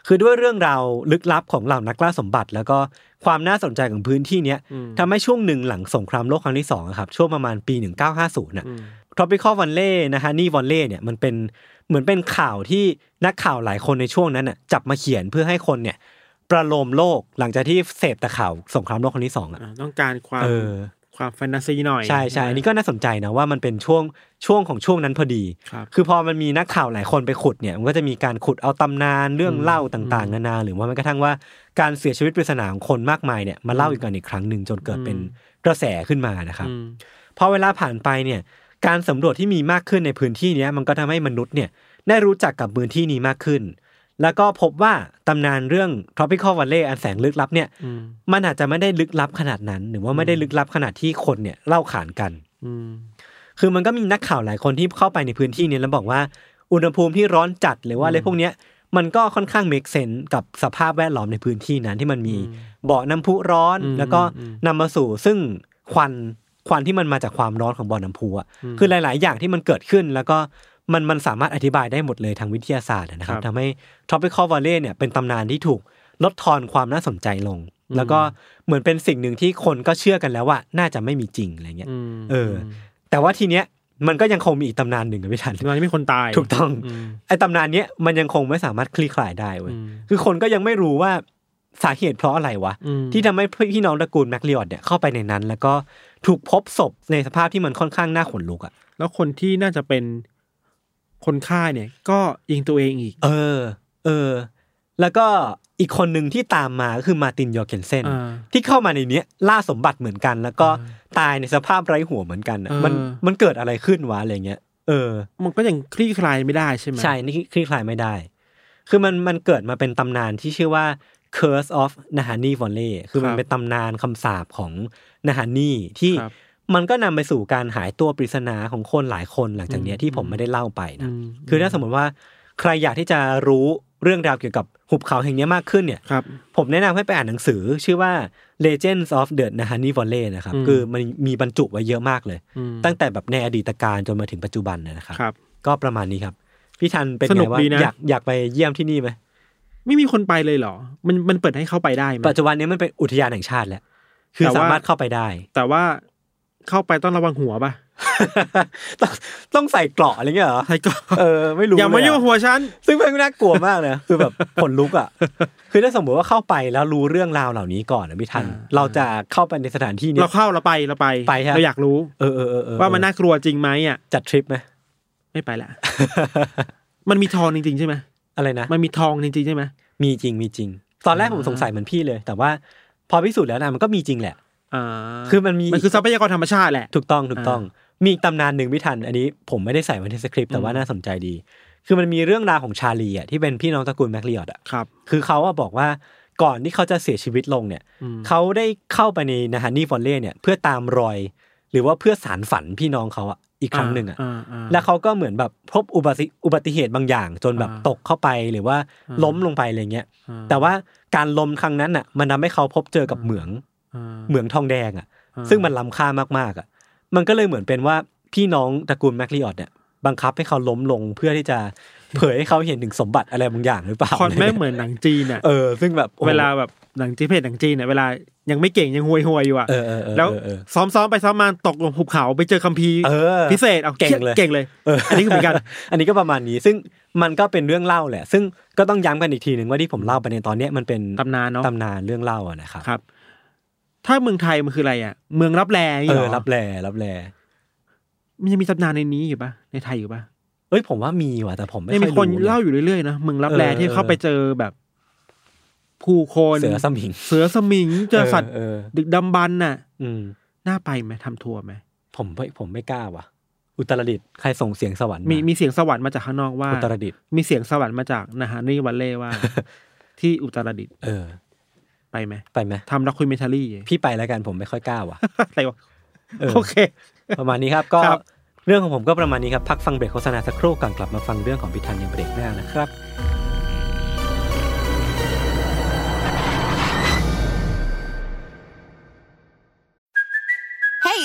S2: คือด้วยเรื่องราวลึกลับของเหล่านักล่าสมบัติ แล้วก็ความน่าสนใจของพื้นที่เนี้ย
S3: อืม
S2: ทำให้ช่วงหนึ่งหลังสงครามโลกครั้งที่สองอะครับช่วงประมาณปี 1950น่ะ
S3: อืม
S2: tropical valley นะฮะนี่ valley เนี่ยมันเป็นเหมือนเป็นข่าวที่นักข่าวหลายคนในช่วงนั้นน่ะจับมาเขียนเพื่อให้คนเนี่ยประโลมโลกหลังจากที่เสพแต่ข่าวสงครามโลกครั้งที่สองอ่ะ
S3: อ่าต้องการความ
S2: เออ
S3: ความแฟนตาซีหน่อย
S2: ใช่ใช่อันนี้ก็น่าสนใจนะว่ามันเป็นช่วงช่วงของช่วงนั้นพอดี
S3: ครับ
S2: คือพอมันมีนักข่าวหลายคนไปขุดเนี่ยมันก็จะมีการขุดเอาตำนานเรื่องเล่าต่างๆนานาหรือว่าแม้กระทั่งว่าการเสียชีวิตปริศนาของคนมากมายเนี่ยมาเล่าอีกกันอีกครั้งหนึ่งจนเกิดเป็นกระแสขึ้นมานะครับ
S3: อืม
S2: พอเวลาผ่านไปเนี่ยการสำรวจที่มีมากขึ้นในพื้นที่เนี้ยมันก็ทำให้มนุษย์เนี่ยได้รู้จักกับพื้นที่นี้มากขึ้น แล้วก็พบว่าตำนานเรื่อง tropical valley อันแสนลึกลับเนี่ย
S3: อืม
S2: มันอาจจะไม่ได้ลึกลับขนาดนั้น หรือว่าไม่ได้ลึกลับขนาดที่คนเนี่ยเล่าขานกัน
S3: อืม
S2: คือมันก็มีนักข่าวหลายคนที่เข้าไปในพื้นที่เนี่ยแล้วบอกว่าอุณหภูมิที่ร้อนจัดหรือว่าอะไรพวกเนี้ยมันก็ค่อนข้างเมกเซนกับสภาพแวดล้อมในพื้นที่นั้นที่มันมีบ่อน้ำพุร้อนแล้วก็นำมาสู่ซึ่งควันควันที่มันมาจากความร้อนของบ่อน้ำพุอ่ะคือหลาย ๆ อย่างที่มันเกิดขึ้นแล้วก็มันมันสามารถอธิบายได้หมดเลยทางวิทยาศาสตร์นะครับทำให้ tropical valley เนี่ยเป็นตำนานที่ถูกลดทอนความน่าสนใจลง แล้วก็เหมือนเป็นสิ่งหนึ่งที่คนก็เชื่อกันแล้วว่าน่าจะไม่มีจริงอะไรเงี้ย
S3: อืม
S2: เออ แต่ว่าทีเนี้ยมันก็ยังคงมีอีกตำนานหนึ่งกับพี่ทัน
S3: ตอนนี้มีคนตาย
S2: ถูกต้อง
S3: อืม
S2: ไอ้ตำนานเนี้ยมันยังคงไม่สามารถคลี่คลายได้เว้ย
S3: อืม
S2: คือคนก็ยังไม่รู้ว่าสาเหตุเพราะอะไรวะ
S3: อืม
S2: ที่ทำให้พี่น้องตระกูลแมคลิออดเนี่ยเข้าไปในนั้น แล้วก็ถูกพบศพในสภาพที่มันค่อนข้างน่าขนลุกอ่ะ
S3: แล้วคนที่น่าจะเป็นคนฆ่าเนี่ย ก็ยิงตัวเองอีก
S2: เออ เออ แล้วก็อีกคนหนึ่งที่ตามมาก็คือมาร์ตินยอร์เกนเซน
S3: อ่า
S2: ที่เข้ามาในเนี้ยล่าสมบัติเหมือนกัน แล้วก็ตายในสภาพไร้หัวเหมือนกันอะมัน
S3: เออ
S2: มันเกิดอะไรขึ้นวะอะไรเงี้ยเออ
S3: มันก็ยังคลี่คลายไม่ได้ใช่ไหม
S2: ใช่ นี่คลี่คลายไม่ได้ คือมันมันเกิดมาเป็นตำนานที่ชื่อว่า Curse of Nahani Valley คือมันเป็นตำนานคำสาปของนาฮานี่ที่
S3: ครับ
S2: มันก็นำไปสู่การหายตัวปริศนาของคนหลายคนหลังจากเนี้ยที่ผมไม่ได้เล่าไปนะ
S3: อืม
S2: คือถ้าสมมติว่าใครอยากที่จะรู้เรื่องราวเกี่ยวกับหุบเขาแห่งเนี้ยมากขึ้นเนี่ย
S3: ครับ
S2: ผมแนะนำให้ไปอ่านหนังสือชื่อว่า Legends of the Nahani Valley นะครับ คือมันมีบรรจุไว้เยอะมากเลย
S3: อืม
S2: ตั้งแต่แบบในอดีตการจนมาถึงปัจจุบันนะนะครับ
S3: ครับ
S2: ก็ประมาณนี้ครับ พี่ทันเป็น
S3: สนุ
S2: ไง
S3: ก
S2: ว่า
S3: ดีนะ
S2: อยากอยากไปเยี่ยมที่นี่ไหม
S3: ไม่มีคนไปเลยเหรอ มันมันเปิดให้เข้าไปได้ไหม
S2: ปัจจุบันนี้มันเป็นอุทยานแห่งชาติแล้ว คือ
S3: แต่ว่า
S2: สามารถเข้าไปได้
S3: แต่ว่าเข้าไปต้องระวังหัวป่ะ
S2: ต้องต้องใส่เกราะอะไรเงี้ยเหรอ
S3: ใครก็
S2: เออไม่รู้
S3: อย่ามายุ่งกับหัวฉัน
S2: ซึ่งเป็นน่ากลัวมากเลยนะคือแบบ ขนลุกอ่ะ คือถ้าสมมติว่าเข้าไปแล้วรู้เรื่องราวเหล่านี้ก่อนนะพี่ทัน
S3: อ่า
S2: เราจะเข้าไปในสถานที่เนี้ย
S3: เราเข้าเราไปเราไป
S2: ไปฮะ
S3: เราอยากรู้
S2: เออเออเออเออ
S3: ว่ามันน่ากลัวจริงไหมอ่ะ
S2: จัดทริปไหม
S3: ไม่ไปละ มันมีทองจริงๆใช่ไหม
S2: อะไรนะ
S3: มันมีทองจริงๆใช่ไหม
S2: มีจริงมีจริง ตอนแรกผ
S3: อ่า
S2: มสงสัยเหมือนพี่เลย แต่ว่าพอพิสูจน์แล้วนะมันก็มีจริงแหละ
S3: อ่า
S2: คือมันมี
S3: มันคือทรัพยากรธรรมชาติแหละ
S2: ถูกต้องถูกต้อง มีอีกตำนานหนึ่งพี่ทัน อันนี้ผมไม่ได้ใส่ไว้ในสคริปต์แต่ว่า
S3: อืม
S2: น่าสนใจดี คือมันมีเรื่องราวของชาลีอ่ะที่เป็นพี่น้องตระกูลแมคลีออดอ่ะ
S3: ครับ
S2: คือเขาอะบอกว่าก่อนที่เขาจะเสียชีวิตลงเนี่ย
S3: อืม
S2: เขาได้เข้าไปในนาฮันนี่ฟอนเล่เนี่ยเพื่อตามรอย หรือว่าเพื่อสารฝันพี่น้องเขาอะอีกครั้งหนึ่งอะ
S3: าา
S2: แล้วเขาก็เหมือนแบบพบอุบัติอุบัติเหตุบางอย่าง จนแบบ
S3: อ่า
S2: ตกเข้าไปหรือว่า
S3: อ่า
S2: ล้มลงไปอะไรเงี้ย
S3: อ่
S2: แต่ว่าการล้มครั้งนั้นอ่ะ มันทำให้เขาพบเจอกับเหมือง
S3: อ่า
S2: เหมืองทองแดงอ่ะ
S3: อ่า
S2: ซึ่งมันล้ำค่ามากๆอ่ะ มันก็เลยเหมือนเป็นว่าพี่น้องตระกูลแมคลีออดเนี่ยบังคับให้เขาล้มลงเพื่อที่จะเผยให้เขาเห็นถึงสมบัติอะไรบางอย่างหรือเปล่า
S3: คอนแม่งเหมือนหนังจีนอ่ะ
S2: เออ ซึ่งแบบโอ้โห
S3: เวลาแบบหนังจีนเพศหนังจีนเนี่ยเวลายังไม่เก่งยังห่วยห่วยๆอยู่อ่ะ
S2: เออเออเออ
S3: แล้ว
S2: เออ
S3: ซ้อมซ้อมๆไปซ้อมมาตกลงหุบเขาไปเจอคัมภีร์
S2: เออ
S3: พิเศษเอา
S2: เก่งเลย
S3: เก่งเลย
S2: เออ
S3: อันนี้คือเหมือนกัน
S2: อันนี้ก็ประมาณนี้ซึ่งมันก็เป็นเรื่องเล่าแหละ ซึ่งก็ต้องย้ำกันอีกทีหนึ่งว่าที่ผมเล่าไปในตอนเนี้ยมันเป็น
S3: ตำนานเนาะ
S2: ตำนานเรื่องเล่าอะนะครับ
S3: ครับ ถ้าเมืองไทยมันคืออะไรอ่ะ เมืองรับแรนี่
S2: เอ
S3: เหร
S2: อ
S3: อ
S2: รับแลรับแล
S3: มันยังมีตำนานในนี้อยู่ปะในไทยอยู่ปะ
S2: เอ้ยผมว่ามีว่ะแต่ผมไม่
S3: ยัง
S2: ค่
S3: มี
S2: อย
S3: คน
S2: รู้
S3: เล่า
S2: เย
S3: อยู่เรื่อยๆนะเมืองรับแร
S2: เออ
S3: ที่เข้า
S2: เออ
S3: ไปเจอแบบ ผู้คน
S2: เสือสมิง
S3: เสือสมิงเจอสัตว์
S2: เออเออ
S3: ดึกดำบรรพ์น่ะ
S2: อืม
S3: น่าไปไหมทำทัวร์ไหม
S2: ผมไม่ผมไม่กล้าว่ะ อุตรดิตถ์ใครส่งเสียงสวรรค์า
S3: มีมีเสียงสวรรค์มาจากข้างนอกว่า
S2: อุตรดิตถ์
S3: มีเสียงสวรรค์มาจากนาฮานี่วันเล่ ว่า ที่อุตรดิตถ์
S2: เออ
S3: ไปไหม
S2: ไปไหม
S3: ทำด็อกคุยเมทัลลี่
S2: พี่ไปแล้วกันผมไม่ค่อยกล้าว่ะ
S3: อะไรวะ
S2: เออ
S3: โอเค
S2: ประมาณนี้ครับก็
S3: ครับ
S2: เรื่องของผมก็ประมาณนี้ครับพักฟังเบรกโฆษณาสักครู่ก่อนกลับมาฟังเรื่องของพิธันในเบรกหน้านะครับ
S4: Hey,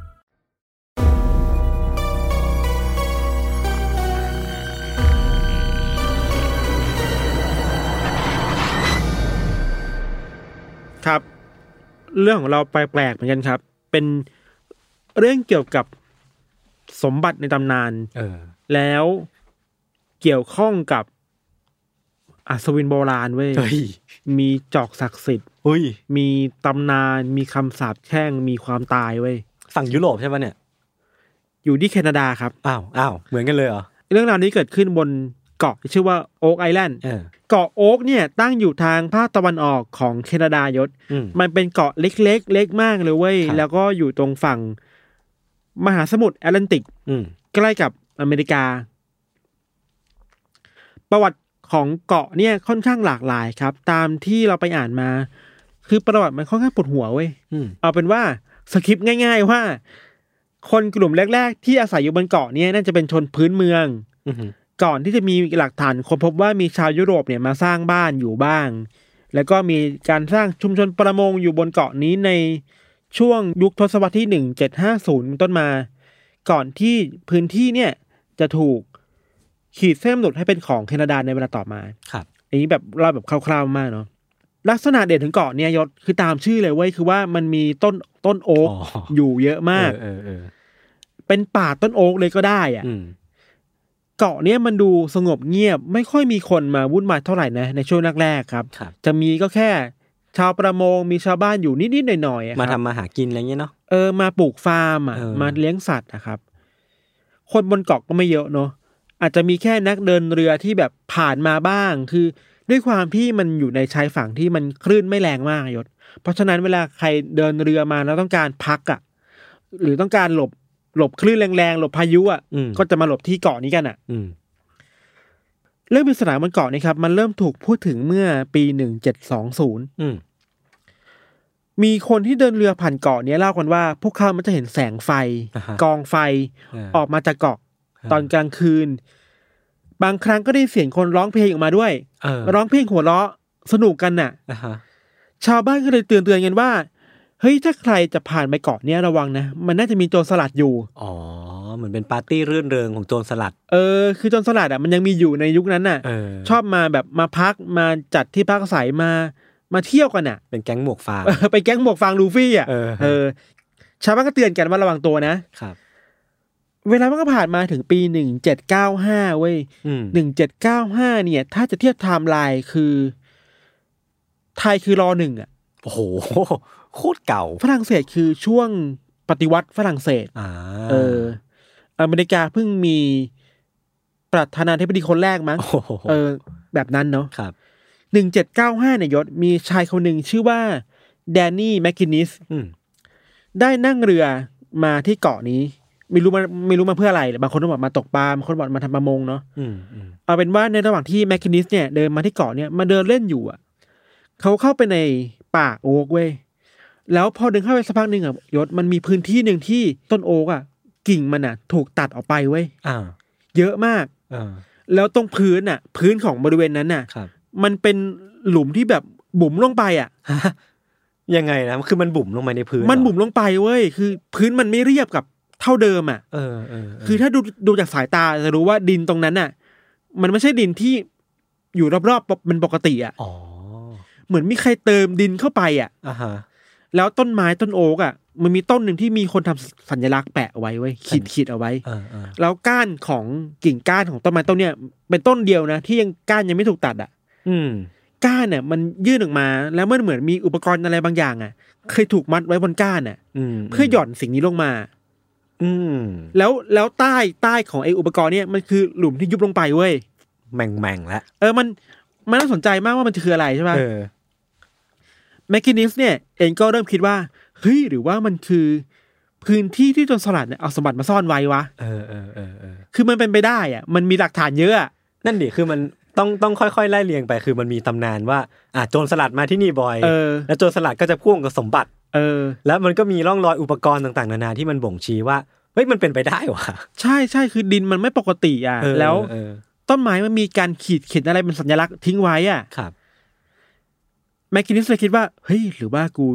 S3: ครับ เรื่องของเราแปลกๆเหมือนกันครับ เป็นเรื่องเกี่ยวกับสมบัติในตำนาน
S2: เออ
S3: แล้วเกี่ยวข้องกับอัศวินโบราณเว้ย
S2: เฮ้ย
S3: มีจอกศักดิ์สิทธิ์
S2: เฮ้ย
S3: มีตำนาน มีคำสาปแช่ง มีความตายเว้ย
S2: ฝั่งยุโรปใช่ปะเนี่ย
S3: อยู่ที่แคนาดาครับ
S2: อ้าวอ้าวเหมือนกันเลยเหรอ
S3: เรื่องราวนี้เกิดขึ้นบนเกาะที่ชื่อว่าโอ๊กไอแลนด์
S2: เออ
S3: เกาะโอ๊กเนี่ยตั้งอยู่ทางภาคตะวันออกของแคนาดายศ
S2: อืม
S3: มันเป็นเกาะเล็กๆ เล็กมากเลยเว้ย
S2: ครับ
S3: แล้วก็อยู่ตรงฝั่งมหาสมุทรแอตแลนติก
S2: อืม
S3: ใกล้กับอเมริกา ประวัติของเกาะเนี่ยค่อนข้างหลากหลายครับ ตามที่เราไปอ่านมา คือประวัติมันค่อนข้างปวดหัวเว้ย
S2: อืม
S3: เอาเป็นว่าสคริปต์ง่าย ๆ ว่า คนกลุ่มแรก ๆ ที่อาศัยอยู่บนเกาะเนี่ยน่าจะเป็นชนพื้นเมือง
S2: อือหือ
S3: ก่อนที่จะมีหลักฐานคนพบว่ามีชาวยุโรปเนี่ยมาสร้างบ้านอยู่บ้าง แล้วก็มีการสร้างชุมชนประมงอยู่บนเกาะนี้ในช่วงยุคทศวรรษที่ 1750เป็นต้นมา ก่อนที่พื้นที่เนี่ยจะถูกขีดเส้นกำหนดให้เป็นของแคนาดาในเวลาต่อมา
S2: ครับ
S3: อันนี้แบบเราแบบคร่าวๆมากเนาะลักษณะเด่นถึงเกาะเนี่ยยศคือตามชื่อเลยเว้ยคือว่ามันมีต้นต้นโอ๊ก
S2: อ๋ออ
S3: อยู่เยอะมาก
S2: เออเออเออ
S3: เป็นป่าต้นโอ๊กเลยก็ได้อะ
S2: อืม
S3: เกาะเนี้ยมันดูสงบเงียบไม่ค่อยมีคนมาวุ่นวายเท่าไหร่นะในช่วงแรกๆครับ
S2: ครับ
S3: จะมีก็แค่ชาวประมงมีชาวบ้านอยู่นิดๆหน่อยๆอะ
S2: มา
S3: ค
S2: ทำ
S3: รับ
S2: มาหากินอะไรเงี้ยเนาะ
S3: เออมาปลูกฟาร์มอ่ะ
S2: เออ
S3: มาเลี้ยงสัตว์นะครับ คนบนเกาะก็ไม่เยอะเนาะอาจจะมีแค่นักเดินเรือที่แบบผ่านมาบ้าง คือด้วยความที่มันอยู่ในชายฝั่งที่มันคลื่นไม่แรงมากอะยศ เพราะฉะนั้นเวลาใครเดินเรือมาแล้วต้องการพักอ่ะหรือต้องการหลบหลบคลื่นแรงๆหลบพายุอ่ะ
S2: อืม
S3: ก็จะมาหลบที่เกาะนี้กันอ่ะ
S2: อืม
S3: เรื่องปริศนาบนเกาะนี่ครับมันเริ่มถูกพูดถึงเมื่อปี 1720
S2: อืม
S3: มีคนที่เดินเรือผ่านเกาะเนี้เล่ากันว่า พวกเขามันจะเห็นแสงไฟ
S2: อ่าฮะ
S3: กองไฟ
S2: เออ
S3: ออกมาจากเกาะ ตอนกลางคืน บางครั้งก็ได้ยินเสียงคนร้องเพลงออกมาด้วย
S2: เออ
S3: ร้องเพลงหัวเราะสนุกกันน่ะ
S2: อ่าฮะ
S3: ชาวบ้านก็เลยเตือนเตือนๆกันว่า เฮ้ยถ้าใครจะผ่านไปเกาะเนี้ยระวังนะ มันน่าจะมีโจรสลัดอยู่
S2: อ๋อเหมือนเป็นปาร์ตี้รื่นเริงของโจรสลัด
S3: เออ คือโจรสลัดอ่ะมันยังมีอยู่ในยุคนั้นน่ะ
S2: เออ
S3: ชอบมาแบบมาพักมาจัดที่พักอาศัยมา มาเที่ยวกันอ่ะ
S2: เป็นแก๊งหมวกฟาง
S3: ไปแก๊งหมวกฟางลูฟี่อ่ะ
S2: เออ
S3: ชาวบ้านก็เตือนกันว่าระวังตัวนะ
S2: ครับ
S3: เวลามันก็ผ่านมาถึงปีหนึ่งเจ็ดเก้าห้าเว้ย
S2: อืม
S3: หนึ่งเจ็ดเก้าห้าเนี่ย ถ้าจะเทียบไทม์ไลน์คือ ไทยคือรอหนึ่งอ่ะ
S2: โอ้โหโคตรเก่า
S3: ฝรั่งเศสคือช่วงปฏิวัติฝรั่งเศส
S2: อ่า
S3: เออ อเมริกาเพิ่งมีประธานาธิบดีคนแรกมั้ง
S2: โอ้โห
S3: เออ แบบนั้นเนาะ
S2: ครับ
S3: หนึ่งเจ็ดเก้าห้าเนี่ยยศ มีชายคนหนึ่งชื่อว่าแดนนี่แมคกินนิส
S2: อืม
S3: ได้นั่งเรือมาที่เกาะนี้ ไม่รู้มาไม่รู้มาเพื่ออะไรบางคนก็บอกมาตกปลาบางคนบอกมาทำประมงเนาะ
S2: อืมอืม
S3: เอาเป็นว่าในระหว่างที่แมคคินนิสเนี่ยเดินมาที่เกาะเนี่ยมาเดินเล่นอยู่อ่ะเขาเข้าไปในป่าโอ๊กเว้ยแล้วพอเดินเข้าไปสักพักหนึ่งอ่ะยศมันมีพื้นที่หนึ่งที่ต้นโอ๊กอ่ะ กิ่งมันอ่ะ ถูกตัดออกไปเว้ย
S2: อ่า
S3: เยอะมาก
S2: เออ
S3: แล้วตรงพื้นอ่ะ พื้นของบริเวณนั้นอ่ะ
S2: ครับ
S3: มันเป็นหลุมที่แบบบุ๋มลงไปอ่ะ
S2: ฮะยังไงนะคือมันบุ๋มลงไปในพื้น
S3: มัน
S2: เหรอ
S3: บุ๋มลงไปเว้ยคือ พื้นมันไม่เรียบกับเท่าเดิมอ่ะ
S2: เออเออเ
S3: คือถ้าดูดูจากสายตาจะรู้ว่าดินตรงนั้นน่ะ มันไม่ใช่ดินที่อยู่รอบๆมันปกติอ่ะ
S2: อ๋อ
S3: เหมือนมีใครเติมดินเข้าไปอ่ะ
S2: อ่าฮะ
S3: แล้วต้นไม้ต้นโอ๊กอ่ะ มันมีต้นหนึ่งที่มีคนทำสัญลักษณ์แปะเอาไว้ไว้ยขีดขีดเอาไว้
S2: เออเออ
S3: แล้วก้านของกิ่งก้านของต้นไม้ต้นเนี้ยเป็นต้นเดียวนะ ที่ยังก้านยังไม่ถูกตัดอ่ะ
S2: อืม
S3: ก้านเนี่ยมันยื่นออกมาแล้วมันเหมือนมีอุปกรณ์อะไรบางอย่างอ่ะ เคยถูกมัดไว้บนก้านอ่ะ
S2: อืม
S3: เพื่อหย่อนสิ่งนี้ลงมา
S2: อืม
S3: แล้วแล้วใต้ใต้ของไอ้อุปกรณ์เนี่ยมันคือหลุมที่ยุบลงไปเว้ย
S2: แม่งแม่งๆแล้ว
S3: เออ มัน มันน่าสนใจมากว่ามันคืออะไรใช่ป่ะ
S2: เออ
S3: แมคกินิสเนี่ย เองก็เริ่มคิดว่า เฮ้ย หรือว่ามันคือ พื้นที่ที่โจรสลัดเนี่ยเอาสมบัติมาซ่อนไว้วะ
S2: เออเออเออเออ
S3: คือมันเป็นไปได้อะมันมีหลักฐานเยอะอะ
S2: นั่นดิคือมันต้องต้องค่อยๆไล่เรียงไป คือมันมีตำนานว่าอ่ะโจรสลัดมาที่นี่บ่อย
S3: เออ
S2: แล้วโจรสลัดก็จะพ่วงกับสมบัติ
S3: เออ
S2: แล้วมันก็มีร่องรอยอุปกรณ์ต่างๆ นานาที่มันบ่งชี้ว่าเฮ้ยมันเป็นไปได้ว่ะ
S3: ใช่ใช่คือดินมันไม่ปกติอ่ะ
S2: เออ
S3: แล้ว
S2: เออ
S3: ต้นไม้มันมีการขีดเขียนอะไรเป็นสัญลักษณ์ทิ้งไว้อ่ะ
S2: ครับ
S3: แมคกินิสเลยคิดว่า เฮ้ย หรือว่ากู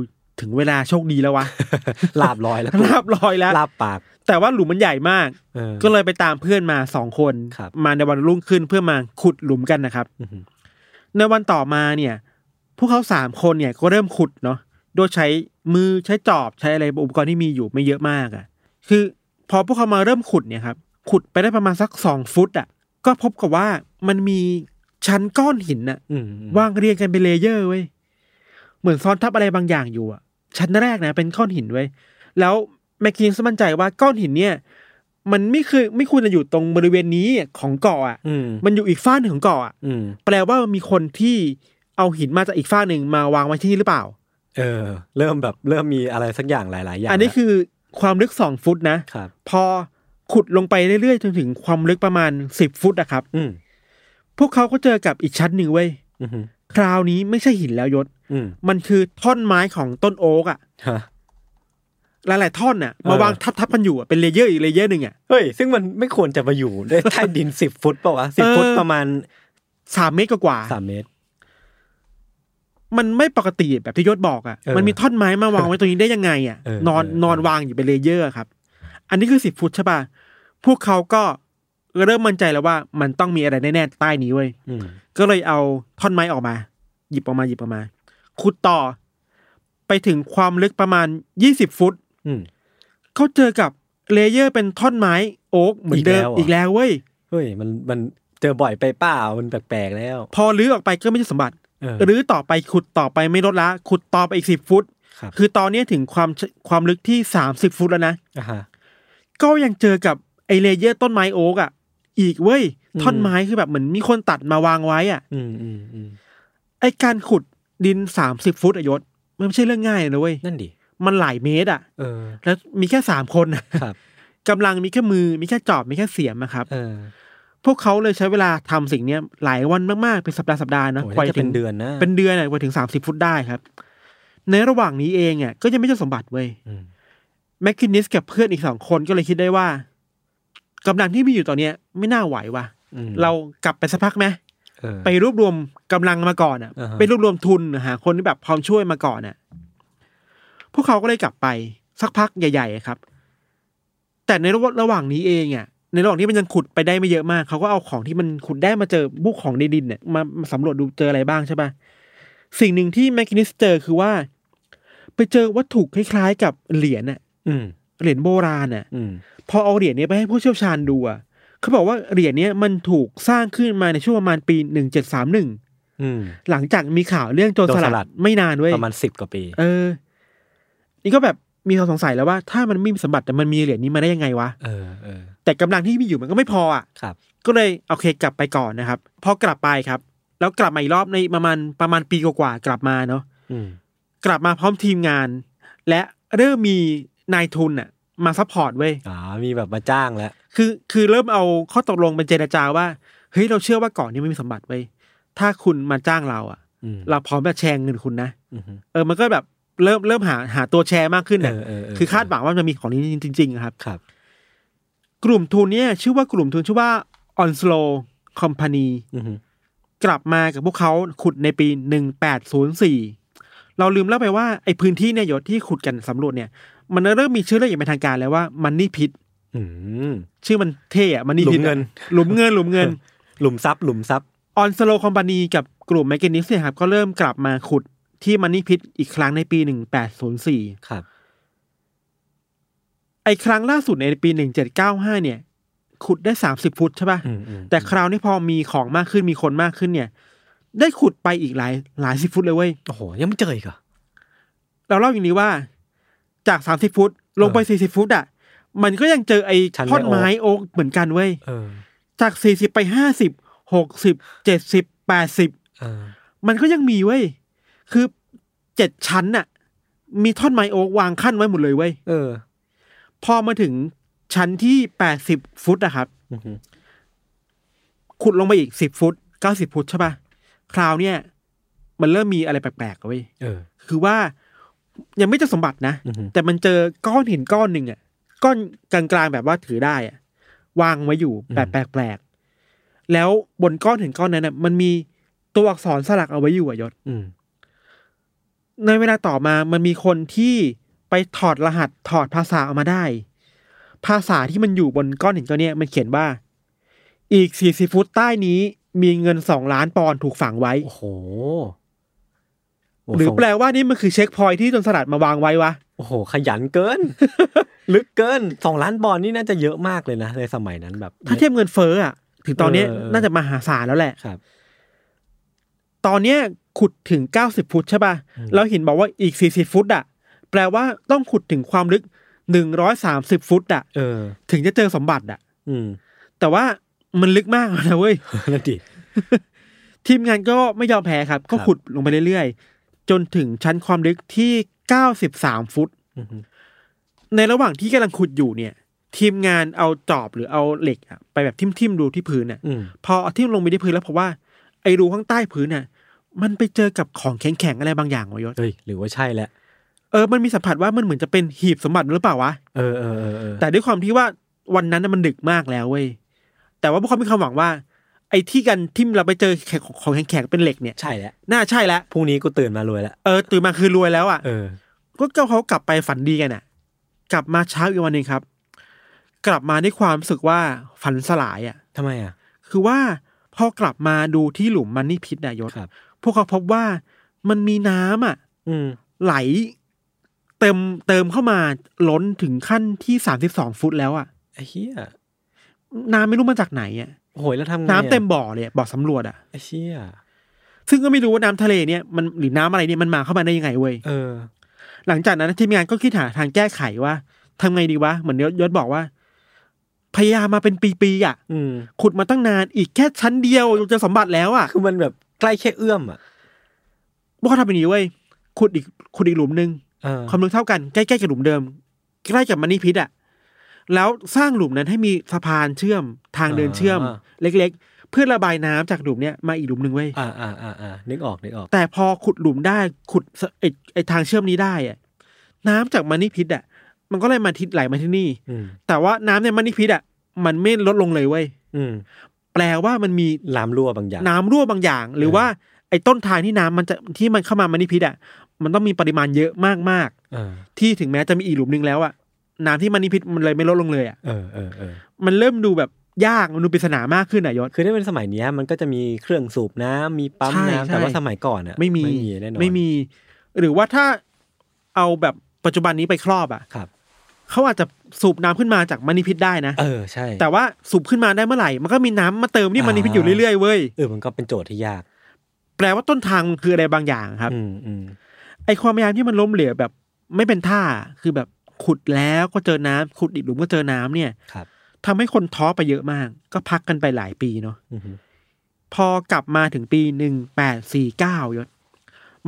S3: ถึงเวลาโชคดี แล้ววะ
S2: ลาบลอยแล้ว
S3: ลาบลอยแล้ว
S2: ลาบปาก
S3: แต่ว่าหลุมมันใหญ่มาก
S2: เออ
S3: ก็เลยไปตามเพื่อนมาสองคน
S2: ครับ
S3: มาในวันรุ่งขึ้นเพื่อมาขุดหลุมกันนะครับ
S2: อืม
S3: ในวันต่อมาเนี่ย พวกเขาสามคนเนี่ยก็เริ่มขุดเนาะ โดยใช้มือใช้จอบใช้อะไรอุปกรณ์ที่มีอยู่ไม่เยอะมากอะ่ะ คือพอพวกเขามาเริ่มขุดเนี่ยครับ ขุดไปได้ประมาณสักสองฟุตอะ่ะ ก็พบกับว่ามันมีชั้นก้อนหินน่ะ
S2: อืมอืม
S3: วางเรียงกันเป็นเลเยอร์เว้ย เหมือนซ้อนทับอะไรบางอย่างอยู่อะ่ะ ชั้นแรกนะเป็นก้อนหินเว้ย แล้วแมคคินส์มั่นใจว่าก้อนหินเนี่ย มันไม่เคยไม่ควรจะอยู่ตรงบริเวณนี้ของเกาะอ่ะ
S2: อืม
S3: มันอยู่อีกฝ้าหนึ่งของเกาะอ่ะ
S2: อืม
S3: แปลว่ามีคนที่เอาหินมาจากอีกฝ้าหนึ่งมาวางไว้ที่นี่หรือเปล่า
S2: เออ เริ่มแบบเริ่มมีอะไรสักอย่างหลายๆอย่าง
S3: อันนี้คือความลึกสองฟุตนะ
S2: ครับ
S3: พอขุดลงไปเรื่อยๆจนถึงความลึกประมาณสิบฟุตนะครับ
S2: อืม
S3: พวกเขาก็เจอกับอีกชั้นหนึ่งเว้ย
S2: อืม
S3: คราวนี้ไม่ใช่หินแล้วยศ
S2: อืม
S3: มันคือท่อนไม้ของต้นโอ๊กอะ
S2: ฮะ
S3: หลายๆท่อนน่ะ
S2: เออ
S3: มาวางทับๆกันอยู่อะเป็นเลเยอร์อีกเลเยอร์หนึ่งอะ
S2: เฮ้ย ซึ่งมันไม่ควรจะมาอยู่ได้ใต้ดิน สิบฟุตเปล่าวะสิบ
S3: เออ
S2: ฟุตประมาณ
S3: สามเมตรกว่าๆ
S2: สามเมตร
S3: มันไม่ปกติแบบที่ยศบอกอะ
S2: เออ
S3: มันมีท่อนไม้มาวางไว้ตรงนี้ได้ยังไงอะ
S2: เออน
S3: อน
S2: เออ
S3: นอนวางอยู่เป็นเลเยอร์อะครับ อันนี้คือสิบฟุตใช่ป่ะ พวกเขาก็เริ่มมั่นใจแล้วว่ามันต้องมีอะไรแน่ๆใต้นี้เว้ย
S2: อืม
S3: ก็เลยเอาท่อนไม้ออกมา หยิบออกมาหยิบออกมา ขุดต่อ ไปถึงความลึกประมาณยี่สิบฟุต
S2: อืม
S3: เขาเจอกับเลเยอร์เป็นท่อนไม้โอ๊กเหมือนเดิม
S2: อี
S3: อี
S2: กแล้วเหรออี
S3: กแล้วเว้ย
S2: เฮ้ยมันมันเจอบ่อยไปเปล่ามันแปลกๆแล้ว
S3: พอรื้อออกไปก็ไม่ใช่สมบัติ
S2: เออ
S3: หรือต่อไปขุดต่อไปไม่ลดละ ขุดต่อไปอีกสิบฟุต
S2: ครับ
S3: คือตอนนี้ถึงความความลึกที่สามสิบฟุตแล้วนะ
S2: อ่ะฮะ
S3: ก็ยังเจอกับไอเลเยอร์ต้นไม้โอ๊กอ่ะ อีกเว้ย
S2: อืม
S3: ท่อนไม้คือแบบเหมือนมีคนตัดมาวางไว้อ่ะ
S2: อืมอืมอืม
S3: ไอการขุดดินสามสิบฟุตอะยศมันไม่ใช่เรื่องง่ายเลยนะเว้ย
S2: นั่นดิ
S3: มันหลายเมตรอ่ะ
S2: เออ
S3: แล้วมีแค่สามคนน่ะ
S2: ครับ
S3: กำลังมีแค่มือ มีแค่จอบ มีแค่เสียมนะครับ
S2: เออ
S3: พวกเขาเลยใช้เวลาทำสิ่งเนี้ยหลายวันมากๆ เป็นสัปดาห์สัปดาห์นะ
S2: โอ้ย
S3: กว่า
S2: น่าจะเป็นเดือนนะ
S3: เป็นเดือนอ่ะกว่าถึงสามสิบฟุตได้ครับ ในระหว่างนี้เองอ่ะก็ยังไม่เจอสมบัติเว้ย
S2: อืม
S3: แมคคินนิสกับเพื่อนอีกสองคนก็เลยคิดได้ว่า กำลังที่มีอยู่ตอนเนี้ยไม่น่าไหวว่ะ
S2: อืม
S3: เรากลับไปสักพักไหม
S2: เออ
S3: ไปรวบรวมกำลังมาก่อนอ่ะ
S2: อ่าฮะ
S3: ไปรวบรวมทุนหาคนที่แบบพร้อมช่วยมาก่อนอ่ะ พวกเขาก็เลยกลับไปสักพักใหญ่ๆครับ แต่ในระหว่างนี้เองอ่ะ ในระหว่างที่มันยังขุดไปได้ไม่เยอะมาก เขาก็เอาของที่มันขุดได้มาเจอบุกของในดินเนี่ยมามาสำรวจดูเจออะไรบ้างใช่ปะสิ่งหนึ่งที่แมคคินิสเจอคือว่า ไปเจอวัตถุคล้ายๆ กับเหรียญอ่ะ
S2: อืม
S3: เหรียญโบราณอ่ะ
S2: อืม
S3: พอเอาเหรียญเนี้ยไปให้ผู้เชี่ยวชาญดูอะเขาบอกว่าเหรียญเนี้ยมันถูกสร้างขึ้นมาในช่วงประมาณปี 1731
S2: อืม
S3: หลังจากมีข่าวเรื่องโจรส
S2: โจรสลั
S3: ลั
S2: ด
S3: ดไม่นานเว้ย
S2: ประมาณสิบกว่าปี
S3: เออ นี่ก็แบบมีความสงสัยแล้วว่าถ้ามันไม่มีสมบัติแต่มันมีเหรียญนี้มาได้ยังไงวะ
S2: เออเออ
S3: แต่กำลังที่มีอยู่มันก็ไม่พออ่ะ
S2: ครับ
S3: ก็เลยโอเคกลับไปก่อนนะครับ พอกลับไปครับ แล้วกลับมาอีกรอบในประมาณประมาณปีกว่าๆกลับมาเนาะ
S2: อืม
S3: กลับมาพร้อมทีมงาน และเริ่มมีนายทุนอ่ะ มาซัพพอร์ตเว้ย
S2: อ๋อมีแบบมาจ้างแล้ว
S3: คือคือเริ่มเอาข้อตกลงเป็นเจรจาว่า เฮ้ยเราเชื่อว่าเกาะนี้ไม่มีสมบัติไว้ยถ้าคุณมาจ้างเราอะ
S2: อืม
S3: เราพร้อมจะแชร์เงินคุณนะ
S2: อือฮึ
S3: เออมันก็แบบเริ่มเริ่มหาหาตัวแชร์มากขึ้นน่ะ
S2: เออเออเออ
S3: คือคาดหวังว่ามันจะมีของนี้จริงๆอะครับ
S2: ครับ
S3: กลุ่มทุนเนี่ยชื่อว่ากลุ่มทุนชื่อว่า Onslow Company
S2: อือฮึ
S3: กลับมากับพวกเขาขุดในปี 1804 เราลืมเล่าไปว่าไอ้พื้นที่เนี่ยยศที่ขุดกันสำรวจเนี่ย มันเริ่มมีชื่อเรียกอย่างเป็นทางการแล้วว่ามันนี่พิษ
S2: อืม
S3: ชื่อมันเท่อะมันนี่พิ
S2: ห
S3: ษ
S2: ลุมเงิน
S3: หลุมเงินหลุมเงิน
S2: หลุมทรัพย์หลุมทรัพย์
S3: ออนสโลคอมพานีกับกลุ่มแมกนิสเนี่ยครับก็เริ่มกลับมาขุดที่มันนี่พิษอีกครั้งในปี 1804
S2: ครับ
S3: ไอ้ครั้งล่าสุดในปี 1795 เนี่ย ขุดได้ 30 ฟุตใช่ปะ
S2: อืมอืม
S3: แต่คราวนี้พอมีของมากขึ้นมีคนมากขึ้นเนี่ย ได้ขุดไปอีกหลายหลายสิบฟุตเลยเว้ย
S2: โอ้โหยังไม่เจออีกเหรอ
S3: เราเล่าอย่างนี้ว่า จาก 30 ฟุตลงไป 40 ฟุตอ่ะ มันก็ยังเจอไอ้
S2: ชั้นไม้
S3: ท่อนไม้โอ๊กเหมือนกันเว้ย
S2: เออ
S3: จาก 40 ไป 50 60 70 80
S2: เออ
S3: มันก็ยังมีเว้ย คือเจ็ดชั้นน่ะ มีท่อนไม้โอ๊กวางขั้นไว้หมดเลยเว้ย
S2: เออ
S3: พอมาถึงชั้นที่แปดสิบฟุตอะครับ
S2: อือฮึ
S3: ขุดลงไปอีกสิบฟุตเก้าสิบฟุตใช่ปะคราวเนี่ย มันเริ่มมีอะไรแปลกๆอะเว้ย
S2: เออ
S3: คือว่ายังไม่เจอสมบัตินะ
S2: อือฮึ
S3: แต่มันเจอก้อนหินก้อนหนึ่งอะก้อนกลางๆแบบว่าถือได้อะวางไว้อยู่แบบแปลกๆ แล้วบนก้อนหินก้อนนั้นน่ะ มันมีตัวอักษรสลักเอาไว้อยู่อะยศ
S2: อืม
S3: ในเวลาต่อมามันมีคนที่ไปถอดรหัสถอดภาษาออกมาได้ ภาษาที่มันอยู่บนก้อนหินตัวเนี้ยมันเขียนว่า อีกสี่สิฟุตใต้นี้มีเงินสองล้านปอนด์ถูกฝังไว้
S2: โอ้โห
S3: หรือแปล
S2: ส่ง
S3: ว่านี่มันคือเช็คพอยท์ที่โจนสลัดมาวางไว้วะ
S2: โอ้โห ขยันเกิน ลึกเกินสองล้านบอลนี่น่าจะเยอะมากเลยนะ ในสมัยนั้นแบบ
S3: ถ้าเทียบเงินเฟ้ออะถึงตอนเนี้ย
S2: เออเออ
S3: น่าจะมหาศาลแล้วแหละ
S2: ครับ
S3: ตอนเนี้ยขุดถึงเก้าสิบฟุตใช่ป่ะเราเห็นบอกว่าอีกสี่สิฟุตอะแปลว่าต้องขุดถึงความลึกหนึ่งร้อยสามสิบฟุตอะ
S2: เออ
S3: ถึงจะเจอสมบัติอะ
S2: อืม
S3: แต่ว่ามันลึกมากแล้วนะเว้ย
S2: นั่นดิ
S3: ทีมงานก็ไม่ยอมแพ้ครับ ก็
S2: ครับ
S3: ขุดลงไปเรื่อยๆ จนถึงชั้นความลึกที่ 93 ฟุต
S2: อือฮึ
S3: ในระหว่างที่กำลังขุดอยู่เนี่ย ทีมงานเอาจอบหรือเอาเหล็กอะไปแบบทิ่มๆดูที่พื้นน่ะ
S2: อืม
S3: พอเอาทิ่มลงไปที่พื้นแล้วพบว่าไอ้รูข้างใต้พื้นน่ะ มันไปเจอกับของแข็งๆอะไรบางอย่างวะยศ
S2: เฮ้ยหรือว่าใช่แหละ
S3: เออมันมีสัมผัสว่ามันเหมือนจะเป็นหีบสมบัติหรือเปล่าวะ
S2: เออเออเออเออ
S3: แต่ด้วยความที่ว่าวันนั้นน่ะมันดึกมากแล้วเว้ยแต่ว่าพวกเขามีความหวังว่า ไอ้ที่กันทิ่มเราไปเจอแข็งของแข็งๆเป็นเหล็กเนี่ย
S2: ใช่แหละ
S3: น่าใช่แล้ว
S2: พรุ่งนี้กูตื่นมารวยแล้ว
S3: เออตื่นมาคือรวยแล้วอ่ะ
S2: เออ
S3: ก็ก็เขากลับไปฝันดีกันอ่ะ กลับมาเช้าอีกวันหนึ่งครับ กลับมาด้วยความรู้สึกว่าฝันสลายอ่ะ
S2: ทำไมอ่ะ
S3: คือว่าพอกลับมาดูที่หลุมมันนี่พิษนายศ
S2: ครับ
S3: พวกเขาพบว่ามันมีน้ำอ่ะ
S2: อืม
S3: ไหล เติมเติมเข้ามาล้นถึงขั้นที่สามสิบสองฟุตแล้วอ่ะ
S2: ไอ้เหี้ย
S3: น้ำไม่รู้มาจากไหนอ่ะ
S2: โอ้โหแล้วทำไงอะ
S3: น้ำเต็มบ่อเลยอะบ่อสำรวจอ่ะ
S2: ไอ้เหี้ย
S3: ซึ่งก็ไม่รู้ว่าน้ำทะเลเนี่ยมันหรือน้ำอะไรเนี่ยมันมาเข้ามาได้ยังไงเว้ย
S2: เออ
S3: หลังจากนั้นทีมงานก็คิดหาทางแก้ไขว่าทำไงดีวะ เหมือนยศบอกว่า พยายามมาเป็นปีๆอ่ะ
S2: อืม
S3: ขุดมาตั้งนานอีกแค่ชั้นเดียวจะสมบัติแล้วอ่ะ
S2: คือมันแบบใกล้แค่เอื้อมอ่ะ
S3: พวกเขาทำแบบนี้เว้ยขุดอีกขุดอีกหลุมหนึ่ง
S2: เออ
S3: ความลึกเท่ากันใกล้ๆกับหลุมเดิม ใกล้กับมันนี่พิษอ่ะแล้วสร้างหลุมนั้นให้มีสะพานเชื่อมทางเดินเชื่อม เล็ก ๆ เพื่อระบายน้ำจากหลุมเนี้ยมาอีกหลุมหนึ่งเว้ย
S2: อ่าอ่าอ่าอ่านึกออกนึกออก
S3: แต่พอขุดหลุมได้ขุดสไอไอทางเชื่อมนี้ได้อะน้ำจากมันนี่พิษอ่ะ มันก็เลยมาทิศไหลมาที่นี่
S2: อืม
S3: แต่ว่าน้ำในมันนิพิษอ่ะ มันไม่ลดลงเลยเว้ย
S2: อืม
S3: แปลว่ามันมี
S2: ลามรั่วบางอย่าง
S3: น้ำรั่วบางอย่าง หรือ
S2: เออ
S3: ว่าไอ้ต้นทางที่น้ำมันจะที่มันเข้ามามันนิพิษอ่ะมันต้องมีปริมาณเยอะมาก
S2: เออ
S3: ๆ ที่ถึงแม้จะมีอีกหลุมหนึงแล้วอ่ะน้ำที่มันนิพิษมันเลยไม่ลดลงเลยอ่ะ
S2: เออเออเออ
S3: มันเริ่มดูแบบยากมันดูปริศนามากขึ้นอ่ะยศ
S2: คือถ้าเป็นสมัยเนี้ยมันก็จะมีเครื่องสูบน้ำมีปั๊ม
S3: ใช่
S2: น้ำแต่ว่า
S3: ใช่
S2: สมัยก่อนอะ
S3: ไม่มี
S2: ไม่มีแน่นอน
S3: ไม่มี หรือว่าถ้าเอาแบบปัจจุบันนี้ไปครอบอ่ะ
S2: ครับ
S3: เขาอาจจะสูบน้ำขึ้นมาจากมันนิพิษได้นะ
S2: เออใช่
S3: แต่ว่าสูบขึ้นมาได้เมื่อไหร่ มันก็มีน้ำมาเติมที่มันนิพิษอยู่เรื่อยๆเว้ย
S2: เออมันก็เป็นโจทย์ที่ยาก
S3: แปลว่าต้นทางมันคืออะไรบางอย่างครับ
S2: อืมอืม
S3: ไอความพยายามที่มันล้มเหลวแบบ ไม่เป็นท่า คือแบบขุดแล้วก็เจอน้ำขุดอีกหลุมก็เจอน้ำเนี่ย
S2: ครับ
S3: ทำให้คนท้อไปเยอะมาก ก็พักกันไปหลายปีเนาะ
S2: อือฮึ
S3: พอกลับมาถึงปีหนึ่งแปดสี่เก้ายศ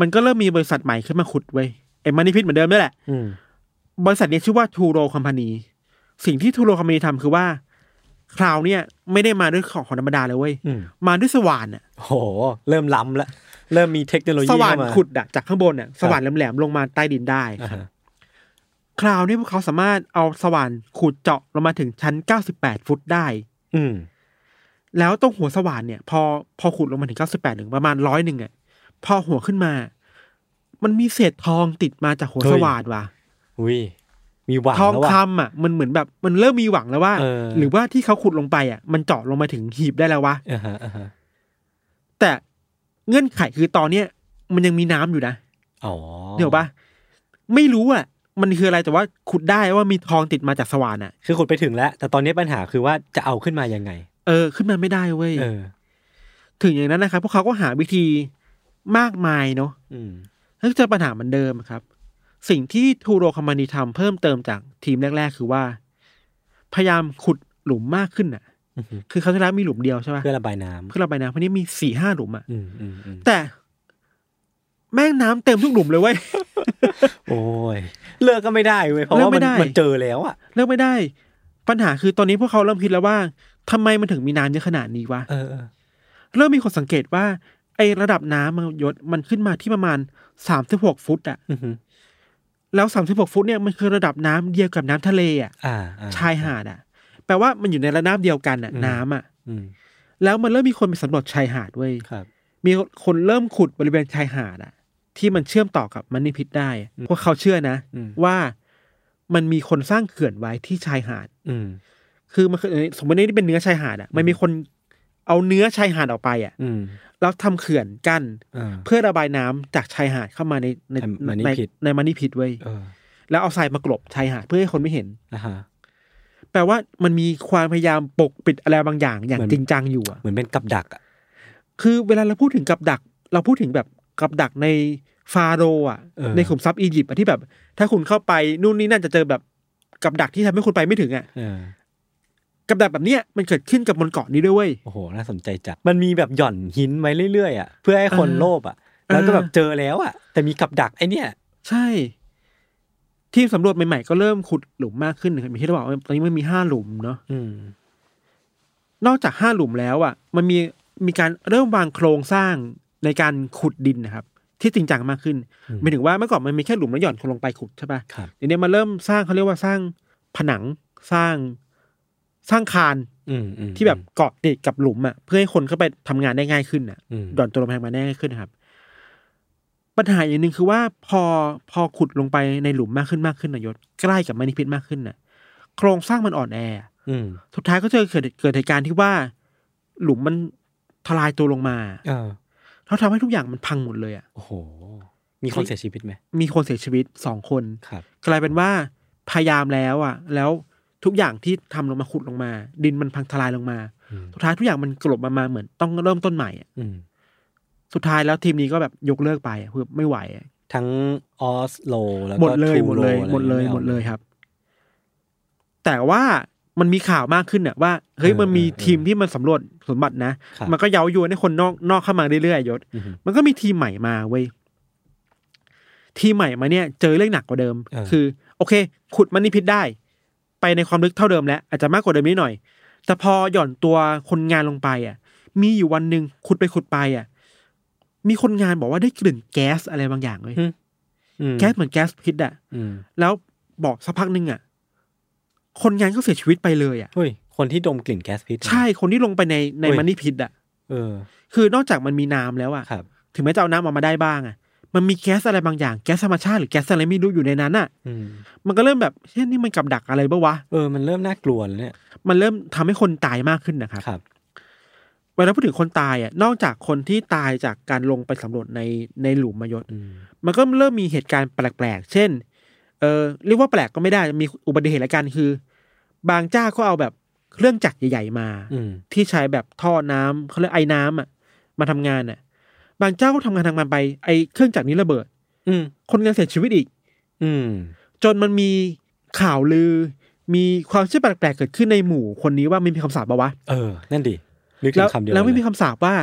S3: มันก็เริ่มมีบริษัทใหม่ขึ้นมาขุดเว้ยไอมันนิพิษเหมือนเดิมนี่แหละ
S2: อืม
S3: บริษัทนี้ชื่อว่าทูโรคอมพานีสิ่งที่ทูโรคอมพานีทำคือว่า คราวเนี่ยไม่ได้มาด้วยของของธรรมดาเลยเว้ย
S2: อืม
S3: มาด้วยสว่านอะ
S2: โห เริ่มล้ำละเริ่มมีเทคโนโลยี
S3: สว่าน
S2: เข้ม
S3: ขุดอะจากข้างบนอะสว่านแหลมๆลงมาใต้ดินได้
S2: อ่าฮะ
S3: คราวนี้พวกเขาสามารถเอาสว่านขุดเจาะลงมาถึงชั้น 98 ฟุตได้
S2: อืม
S3: แล้วตรงหัวสว่านเนี่ยพอพอขุดลงมาถึง 98หนึ่งประมาณร้อยหนึ่งอะพอหัวขึ้นมา มันมีเศษทองติดมาจากหัวสว่านว่ะ
S2: อุ้ยมีหวัง
S3: ทอง
S2: แล้วว่ะ
S3: คำอะมันเหมือนแบบมันเริ่มมีหวังแล้วว่า
S2: เออ
S3: หรือว่าที่เขาขุดลงไปอะมันเจาะลงมาถึงหีบได้แล้ววะ
S2: อ่าฮะอ่าฮะ
S3: แต่เงื่อนไขคือตอนเนี้ยมันยังมีน้ำอยู่นะ
S2: อ๋อ
S3: เดี๋ยวปะไม่รู้อ่ะ มันคืออะไรแต่ว่าขุดได้ว่ามีทองติดมาจากสว่านอ่ะ
S2: คือขุดไปถึงแล้ว แต่ตอนนี้ปัญหาคือว่าจะเอาขึ้นมายังไง
S3: เออ ขึ้นมาไม่ได้เว้ย
S2: เออ
S3: ถึงอย่างนั้นนะครับพวกเขาก็หาวิธีมากมายเนาะ
S2: อืม
S3: แล้วเจอปัญหาเหมือนเดิมครับ สิ่งที่ทูโรคามานีทำเพิ่มเติมจากทีมแรก ๆ คือว่า พยายามขุดหลุมมากขึ้นอ่ะ
S2: อือฮึ
S3: คือเขาวที่แล้วมีหลุมเดียวใช่ปะ
S2: เพื่อระบายน้ำ
S3: เพื่อระบายน้ำเพราะนี่มีสี่ห้าหลุมอ่ะ
S2: อืมอืมอืม
S3: แต่แม่งน้ำเต็มทุกหลุมเลยเว้ย
S2: โอ้ยเลิกก็ไม่ได้เว้ยเพราะ
S3: เลิก
S2: ว่ามั
S3: ไม่
S2: น
S3: ได้
S2: มันเจอแล้วอ่ะ
S3: เลิกไม่ได้ ปัญหาคือตอนนี้พวกเขาเริ่มคิดแล้วว่าทำไมมันถึงมีน้ำเยอะขนาดนี้วะ
S2: เออเออ
S3: เริ่มมีคนสังเกตว่า ไอระดับน้ำมันยศมันขึ้นมาที่ประมาณสามสิบหกฟุตอะ
S2: อือฮึ
S3: แล้วสามสิบหกฟุตเนี่ยมันคือระดับน้ำเดียวกับน้ำทะเลอะ
S2: อ่าอ่า
S3: ชายหาดอะแปลว่ามันอยู่ในระนาบเดียวกันอะ
S2: อืม
S3: น้ำอะ
S2: อืม
S3: แล้วมันเริ่มมีคนไปสำรวจชายหาดเว้ย
S2: ครับ
S3: มีคนเริ่มขุดบริเวณชายหาดอะที่มันเชื่อมต่อกับมันนิพิษได้อะพวกเขาเชื่อนะ
S2: อืม
S3: ว่ามันมีคนสร้างเขื่อนไว้ที่ชายหาด
S2: อืม
S3: คือมันคือสมมตินี่เป็นเนื้อชายหาดอะมันมีคนเอาเนื้อชายหาดออกไปอะ
S2: อืม
S3: แล้วทำเขื่อนกั้น
S2: อ่า
S3: เพื่อระบายน้ำจากชายหาดเข้ามาในใน
S2: ให้มัน
S3: ใน
S2: ไม่ผิด
S3: ในมันนี่พิษไว้ย
S2: เออ
S3: แล้วเอาทรายมากลบชายหาดเพื่อให้คนไม่เห็น
S2: อ่าฮะ
S3: แปลว่ามันมีความพยายามปกปิดอะไรบางอย่าง อย่าง
S2: เหมือน
S3: จริงจังอยู่อะ
S2: เหมือนเป็นกับดักอ่ะ
S3: คือเวลาเราพูดถึงกับดัก เราพูดถึงแบบกับดักในฟาโรห์อะในขุมทรัพย์อียิปต์อะที่แบบ ถ้าคุณเข้าไปนู่นนี่นั่นจะเจอแบบกับดักที่ทำให้คุณไปไม่ถึงอะ
S2: เออ
S3: กับดักแบบเนี้ยมันเกิดขึ้นกับบนเกาะนี้ด้วยเว้ย
S2: โอ้โห น่าสนใจจัด มันมีแบบหย่อนหินไว้เรื่อยๆอ่ะ เพื่อให้คน
S3: เออ
S2: โลภอ่ะ แล้วก็
S3: เออ
S2: แบบเจอแล้วอ่ะ แต่มีกับดักไอเนี่ย
S3: ใช่ ทีมสำรวจใหม่ๆก็เริ่มขุดหลุมมากขึ้นนะครับมีที่เราบอกว่าตอนนี้มันมีห้าหลุมเนาะ
S2: อืม
S3: นอกจากห้าหลุมแล้วอ่ะ มันมีมีการเริ่มวางโครงสร้างในการขุดดินนะครับ ที่จริงจังมากขึ้น
S2: อืม
S3: หมายถึงว่าเมื่อก่อนมันมีแค่หลุมแล้วหย่อนคนลงไปขุดใช่ปะ
S2: ครับ
S3: เดี๋ยวนี้มันเริ่มสร้างเขาเรียกว่าสร้างผนังสร้างสร้างคาน
S2: อืมอืม
S3: ที่แบบเกาะติดกับหลุมอ่ะเพื่อให้คนเข้าไปทำงานได้ง่ายขึ้นอ่ะ
S2: อืม
S3: หย่อนตัวลงไปทำงานได้ง่ายขึ้นนะครับ ปัญหาอย่างหนึ่งคือว่าพอพอขุดลงไปในหลุมมากขึ้นมากขึ้นนะยศใกล้กับมันนิพิษมากขึ้นน่ะ โครงสร้างมันอ่อนแอ
S2: อืม
S3: สุดท้ายก็เจอเกิดเกิดเหตุการณ์ที่ว่า หลุมมันทลายตัวลงมา
S2: เออ
S3: แล้วทำให้ทุกอย่างมันพังหมดเลยอ่ะ
S2: โอ้โห มีคนเสียชีวิตไหม
S3: มีคนเสียชีวิตสองคน
S2: ครับ
S3: กลายเป็นว่าพยายามแล้วอ่ะ แล้วทุกอย่างที่ทำลงมาขุดลงมา ดินมันพังทลายลงมา
S2: อืม
S3: สุดท้ายทุกอย่างมันกลบมามาเหมือนต้องเริ่มต้นใหม่อะ
S2: อืม
S3: สุดท้ายแล้วทีมนี้ก็แบบยกเลิกไปอะคือไม่ไหวอะ
S2: ทั้งออสโล แล้ว
S3: หม
S2: ก็
S3: ดเลย
S2: ทู
S3: หมด
S2: โร
S3: เลย
S2: อะไร
S3: หมดเลย
S2: อา
S3: หมดเลยครับ แต่ว่ามันมีข่าวมากขึ้นอ่ะว่าเฮ้ย
S2: เออ
S3: มันมี
S2: เออเออ
S3: ทีมที่มันสำรวจสมบัตินะครับ มันก็เย้ายวนให้คนนอกนอกเข้ามาเรื่อยๆยศ
S2: อือฮึ
S3: มันก็มีทีมใหม่มาเว้ย ทีมใหม่มาเนี่ย เจอเรื่องหนักกว่าเดิม
S2: เออ
S3: คือ โอเค ขุดมันนี่พิษได้ ไปในความลึกเท่าเดิมแล้ว อาจจะมากกว่าเดิมนิดหน่อย แต่พอหย่อนตัวคนงานลงไปอ่ะ มีอยู่วันหนึ่งขุดไปขุดไปอ่ะ มีคนงานบอกว่าได้กลิ่นแก๊สอะไรบางอย่างเลย
S2: อืม
S3: แก๊สเหมือนแก๊สพิษอ่ะ
S2: อืม
S3: แล้วบอกสักพักหนึ่งอ่ะ คนงานก็เสียชีวิตไปเลยอ่ะ
S2: เฮ้ย โค คนที่ดมกลิ่นแก๊สพิษ
S3: ใช่คนที่ลงไปในใน
S2: เฮ้ย
S3: มันนี่พิษอ่ะ
S2: เออ
S3: คือนอกจากมันมีน้ำแล้วอ่ะ
S2: ครับ
S3: ถึงแม้จะเอาน้ำออกมาได้บ้างอ่ะ มันมีแก๊สอะไรบางอย่าง แก๊สธรรมชาติหรือแก๊สอะไรไม่รู้อยู่ในนั้นอ่ะ
S2: อืม
S3: มันก็เริ่มแบบเฮ้ยนี่มันกับดักอะไรปะวะ
S2: เออมันเริ่มน่ากลัวแล้วเนี่ย
S3: มันเริ่มทำให้คนตายมากขึ้นนะครับ
S2: ครับ
S3: เวลาพูดถึงคนตายอ่ะ นอกจากคนที่ตายจากการลงไปสำรวจในในหลุมมายศ
S2: อืม
S3: มันก็เริ่มมีเหตุการณ์แปลกๆ เช่น เออเรียกว่าแปลกก็ไม่ได้ มีอุบัติเหตุละกันคือ บางเจ้าก็เอาแบบเครื่องจักรใหญ่ๆมา
S2: อืม
S3: ที่ใช้แบบท่อน้ำเขาเรียกไอ้น้ำอ่ะมาทำงานอ่ะ บางเจ้าก็ทำงานทางมันไปไอ้เครื่องจักรนี้ระเบิด
S2: อืม
S3: คนงานเสียชีวิตอีก
S2: อืม
S3: จนมันมีข่าวลือ มีความเชื่อแปลกๆเกิดขึ้นในหมู่คนนี้ว่าไม่มีคำสาปปะวะ
S2: เออ นั่นดินึกถึ
S3: แล้ว
S2: งคำเดียว
S3: แล้วไม่มี
S2: เย
S3: คำสาปว่า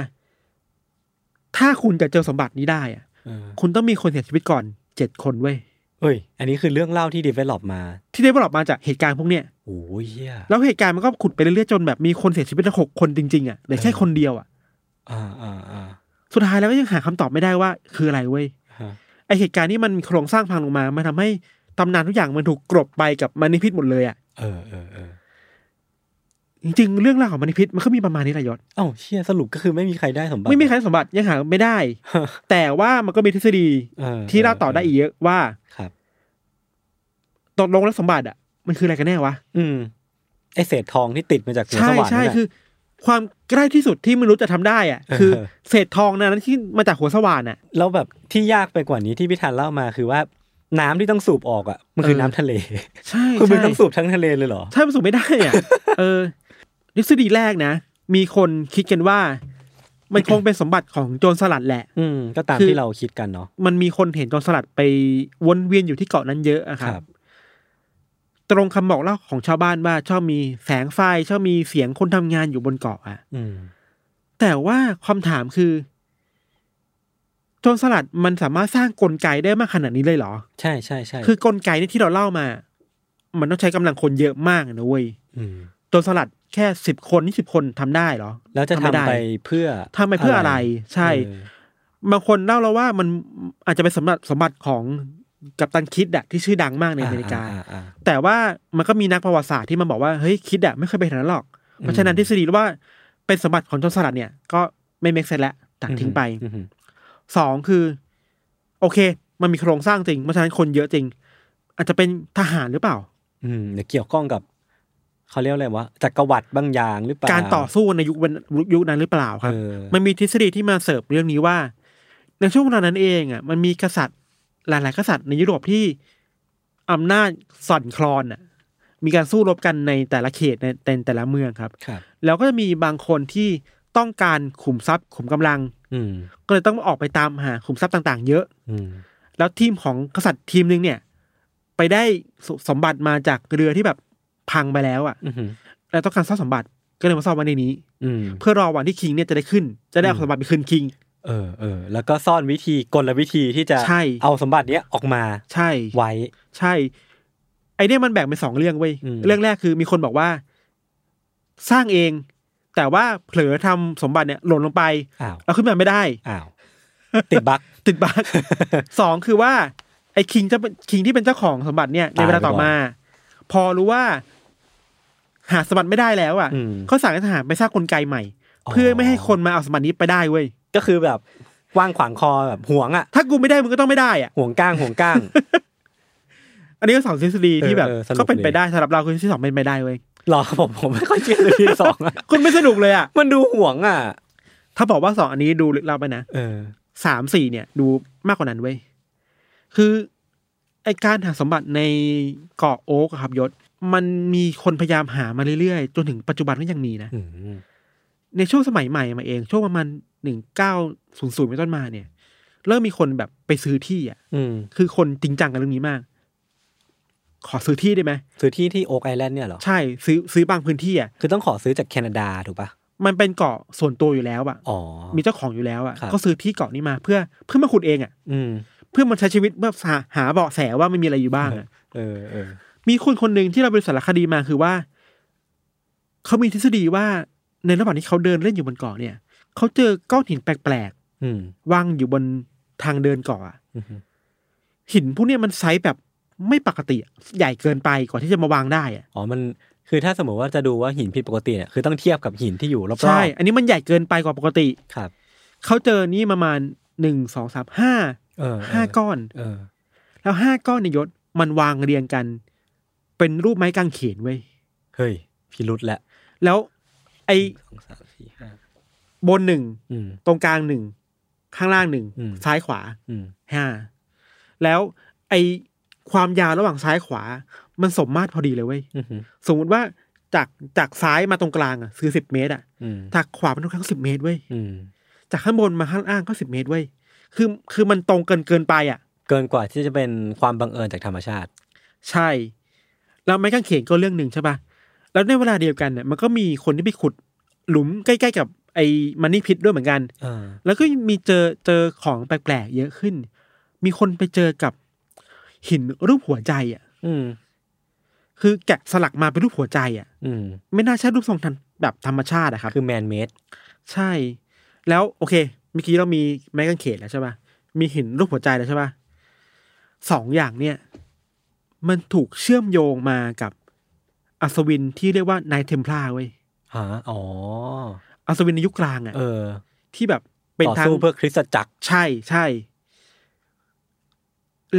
S3: ถ้าคุณจะเจอสมบัตินี้ได้อ่ะ
S2: เออ
S3: คุณต้องมีคนเสียชีวิตก่อนเจ็ดคนเว้ย
S2: เอ้ย อันนี้คือเรื่องเล่าที่ดีเวล็อปมา
S3: ที่ได้ปลอบมาจากเหตุการณ์พวกเนี้ย
S2: โอ้ยเหี้ย
S3: แล้วเหตุการณ์มันก็ขุดไปเรื่อยๆจนแบบมีคนเสียชีวิตทั้งหกคนจริงๆอ่ะเหลือแค่คนเดียวอ่ะ
S2: อ่าอ่าอ่า
S3: สุดท้ายแล้วก็ยังหาคำตอบไม่ได้ว่า คืออะไรเว้ย
S2: ฮะ
S3: ไอเหตุการณ์นี้มันโครงสร้างพังลงมามันทำให้ตำนานทุกอย่างมันถูกกลบไปกับมันนิพิษหมดเลยอ่ะ
S2: เออเออเออ
S3: จริงๆเรื่องราวของมันนิพิษมันก็มีประมาณนี้แหละยศ
S2: เอ้าเชี่ยสรุปก็คือไม่มีใครได้สมบัติ
S3: ไม่มีใครสมบัติยังหาไม่ได้ แต่ว่ามันก็มีทฤษฎี
S2: เออ
S3: ที่เล่าต่อได้อีกเยอะว่า
S2: ครับ
S3: ตกลงแล้วสมบัติอ่ะมันคืออะไรกันแน่วะ
S2: อืมไอเศษทองที่ติดมาจากหัว
S3: ใช่
S2: สว่าน
S3: ใช่
S2: นั่นน่ะ
S3: คือ ความใกล้ที่สุดที่มนุษย์จะทำได้อ่ะ คือ
S2: เออ
S3: เศษทองนั้นที่มาจากหัวสว่านอ่ะ
S2: แล้วแบบที่ยากไปกว่านี้ที่พี่ธันเล่ามาคือว่า น้ำที่ต้องสูบออกอ่ะมันคือ
S3: เออ
S2: น้ำทะเล
S3: ใช่
S2: คุณมึง
S3: ใช่
S2: ต้องสูบทั้งทะเลเลยเหรอ
S3: ใช่มันสูงไม่ได้ อ่ะ เออทฤษฎีแรกนะ มีคนคิดกันว่า มันคงเป็นสมบัติของโจรสลัดแหละ
S2: อืมก็ตาม
S3: คือ
S2: ที่เราคิดกันเนาะ
S3: มันมีคนเห็นโจรสลัดไปวนเวียนอยู่ที่เกาะนั้นเยอะอะครับ ตรงคำบอกเล่าของชาวบ้านว่าชอบมีแสงไฟชอบมีเสียงคนทำงานอยู่บนเกาะอะ
S2: อืม
S3: แต่ว่าความถามคือ โจรสลัดมันสามารถสร้างกลไกได้มากขนาดนี้เลยเหรอ
S2: ใช่ใช่ใช่
S3: คือกลไกเนี่ยที่เราเล่ามา มันต้องใช้กำลังคนเยอะมากนะเว้ย
S2: ม
S3: โจรสลัดแค่สิบคนยี่สิบคนทำได้เหรอ
S2: แล้วจะทำ
S3: ม่ด้
S2: ไปเพื่อ
S3: ทำไปเพื่ออะไร ใช่
S2: เออบ
S3: างคนเล่าแล้วว่ามันอาจจะเป็นสมบัติสมบัติของกัปตันคิดอะที่ชื่อดังมากในอเมริกา
S2: อ่อ่อ่
S3: แต่ว่ามันก็มีนักประวัติศาสตร์ที่มันบอกว่าเฮ้ยคิดอะไม่เคยไปทางนั้นหรอก เพราะฉะนั้น
S2: อืม
S3: ทฤษฎีว่าเป็นสมบัติของโจรสลัดเนี่ย ก็ไม่เมกเซนแล้วตัดทิ้งไป
S2: อืม
S3: สองคือ โอเค มันมีโครงสร้างจริงเพราะฉะนั้นคนเยอะจริง อาจจะเป็นทหารหรือเปล่า
S2: อืมเดี๋ยวเกี่ยวข้องกับเขาเรียกอะไรวะจักรวรรดิบางอย่างหรือเปล่า
S3: การต่อสู้ในยุคเว้นยุคนั้นหรือเปล่าครับ
S2: เออ
S3: มันมีทฤษฎีที่มาเสิร์ฟเรื่องนี้ว่า ในช่วงเวลานั้นเองอ่ะ มันมีกษัตริย์หลาย ๆ กษัตริย์ในยุโรปที่อำนาจสั่นคลอนอ่ะ มีการสู้รบกันในแต่ละเขตในแต่แต่ละเมืองครับ
S2: ครับ
S3: แล้วก็จะมีบางคนที่ต้องการขุมทรัพย์ขุมกำลัง
S2: อืม
S3: ก็เลยต้องออกไปตามหาขุมทรัพย์ต่าง ๆ เยอะ
S2: อืม
S3: แล้วทีมของกษัตริย์ทีมหนึงเนี่ย ไปได้สสมบัติมาจากเรือที่แบบพังไปแล้วอ่ะ
S2: อืม
S3: แล้วต้องการทรัพย์สมบัติก็เลยมาซ่อนไว้ในนี้
S2: อืม
S3: เพื่อรอวันที่คิงเนี่ยจะได้ขึ้น จะได้เอาสมบัติไปคืนคิง
S2: เออเออแล้วก็ซ่อนวิธีกลวิธีที่จะ
S3: ใช่
S2: เอาสมบัติเนี้ยออกมา
S3: ใช่
S2: ไว้
S3: ใช่ ไอเนี่ยมันแบ่งเป็นสองเรื่องเว้ย
S2: อืม
S3: เรื่องแรกคือมีคนบอกว่า สร้างเอง แต่ว่าเผลอทำสมบัติเนี่ยหล่นลงไป
S2: อ้าว
S3: แล้วขึ้นมาไม่ได้
S2: อ้าวติดบั๊ก
S3: ติดบั๊ก สองคือว่า ไอคิงจะเป็นคิงที่เป็นเจ้าของสมบัติเนี่ยใน
S2: ตายไป
S3: เวลาต่อมา พอรู้ว่า หาสมบัติไม่ได้แล้วอ่ะ
S2: อืม
S3: เขาสั่งให้ทหารไปสร้างกลไกใหม่ เพื่อไม่ให้คนมาเอาสมบัตินี้ไปได้เว้ย
S2: ก็คือแบบกว้างขวางคอแบบห่วงอ่ะ
S3: ถ้ากูไม่ได้มึงก็ต้องไม่ได้อ่ะ
S2: ห่วงก้างห่วง ก้าง
S3: อันนี้ก็สองทฤษฎี
S2: เออ
S3: ที่แบบ
S2: เออสนุก
S3: ก็เป็นไปได้สำหรับเราคือทฤษฎีสองเป็นไปได้เว้ย
S2: หรอผมผมไม่ค่อยเชื่อเลยที่สองอะ
S3: คุณไม่สนุกเลยอ่ะ
S2: มันดูห่วงอ่ะ
S3: ถ้าบอกว่าสองอันนี้ดูลึกลับไปนะ
S2: เออ
S3: สามสี่เนี่ย ดูมากกว่านั้นเว้ยคือไอการหาสมบัติในเกาะโอ๊กอะครับยศ มันมีคนพยายามหามาเรื่อยๆ จนถึงปัจจุบันก็ยังมีนะ
S2: อืม
S3: ในช่วงสมัยใหม่มาเอง ช่วงประมาณหนึ่งเก้าศูนย์ศูนย์เป็นต้นมาเนี่ย เริ่มมีคนแบบไปซื้อที่อ่ะ
S2: อืม
S3: คือคนจริงจังกับเรื่องนี้มาก ขอซื้อที่ได้ไหม
S2: ซื้อที่ที่โอ๊กไอแลนด์เนี่ยเหรอ
S3: ใช่ซื้อซื้อบางพื้นที่อ่ะ
S2: คือต้องขอซื้อจากแคนาดาถูกปะ
S3: มันเป็นเกาะส่วนตัวอยู่แล้วอะ
S2: อ๋อ
S3: มีเจ้าของอยู่แล้วอะ
S2: ครับ
S3: ก็ซื้อที่เกาะนี้มาเพื่อเพื่อมาขุดเองอะ
S2: อืม
S3: เพื่อมันใช้ชีวิตเพื่อหาหาเบาะแสว่ามันมีอะไรอยู่บ้างอะ
S2: เออเออ
S3: มีคนคนหนึ่งที่เราไปดูสารคดีมาคือว่า เขามีทฤษฎีว่าในระหว่างที่เขาเดินเล่นอยู่บนเกาะเนี่ยเขาเจอก้อนหินแปลก
S2: อืม
S3: ๆวางอยู่บนทางเดินเกาะอะ
S2: อืม
S3: หินพวกเนี้ยมันไซส์แบบไม่ปกติอะใหญ่เกินไปกว่าที่จะมาวางได้อะ
S2: อ๋อ มัน คือถ้าสมมติว่าจะดูว่าหินผิดปกติเนี่ยคือต้องเทียบกับหินที่อยู่รอบ
S3: ใช่ อันนี้มันใหญ่เกินไปกว่าปกติ
S2: ๆครับ
S3: เขาเจอนี่ประมาณหนึ่งสองสามห้า
S2: เออ
S3: ห้าก้อน
S2: เออ
S3: แล้วห้าก้อนในยยศมันวางเรียงกัน เป็นรูปไม้กางเขนเว้ย
S2: เฮ้ยพิรุษแล้ว
S3: แล้วไอ้
S2: สองสามสี่ห้า
S3: บนหนึ่ง
S2: อืม
S3: ตรงกลางหนึ่งข้างล่างหนึ่ง
S2: อืม
S3: ซ้ายขวา
S2: อืม
S3: ห้าแล้วไอ้ความยาวระหว่างซ้ายขวา มันสมมาตรพอดีเลยเว้ย
S2: อือหือ
S3: สมมติว่าจากจากซ้ายมาตรงกลางอ่ะคือสิบเมตรอ่ะ
S2: อืม
S3: จากขวามาตรงกลางสิบเมตรเว้ย
S2: อืม
S3: จากข้างบนมาข้างล่างก็สิบเมตรเว้ยคือคือมันตรงเกินเกินไปอ่ะ
S2: เกินกว่าที่จะเป็นความบังเอิญจากธรรมชาติ
S3: ใช่ แล้วไม้กางเขนก็เรื่องหนึ่งใช่ปะแล้วในเวลาเดียวกันเนี่ยมันก็มีคนที่ไปขุดหลุมใกล้ๆกับไอ้มันนี่พิษด้วยเหมือนกัน
S2: เออ
S3: แล้วก็มีเจอเจอของแปลกๆเยอะขึ้น มีคนไปเจอกับหินรูปหัวใจอ่ะ
S2: อืม
S3: คือแกะสลักมาเป็นรูปหัวใจอ่ะ
S2: อืม
S3: ไม่น่าใช่รูปทรงทันแบบธรรมชาติอะครับ
S2: คือแมนเมด
S3: ใช่ แล้วโอเค เมื่อกี้เรามีไม้กางเขนแล้วใช่ปะมีหินรูปหัวใจแล้วใช่ปะสองอย่างเนี่ย มันถูกเชื่อมโยงมากับอัศวินที่เรียกว่านายเทมพลาเว้ย
S2: ฮะอ๋อ
S3: อัศวินในยุคกลางอะ
S2: เออ
S3: ที่แบบเป็น
S2: ต่อ
S3: ทาง
S2: สู้เพื่อคริสตจักร
S3: ใช่ใช่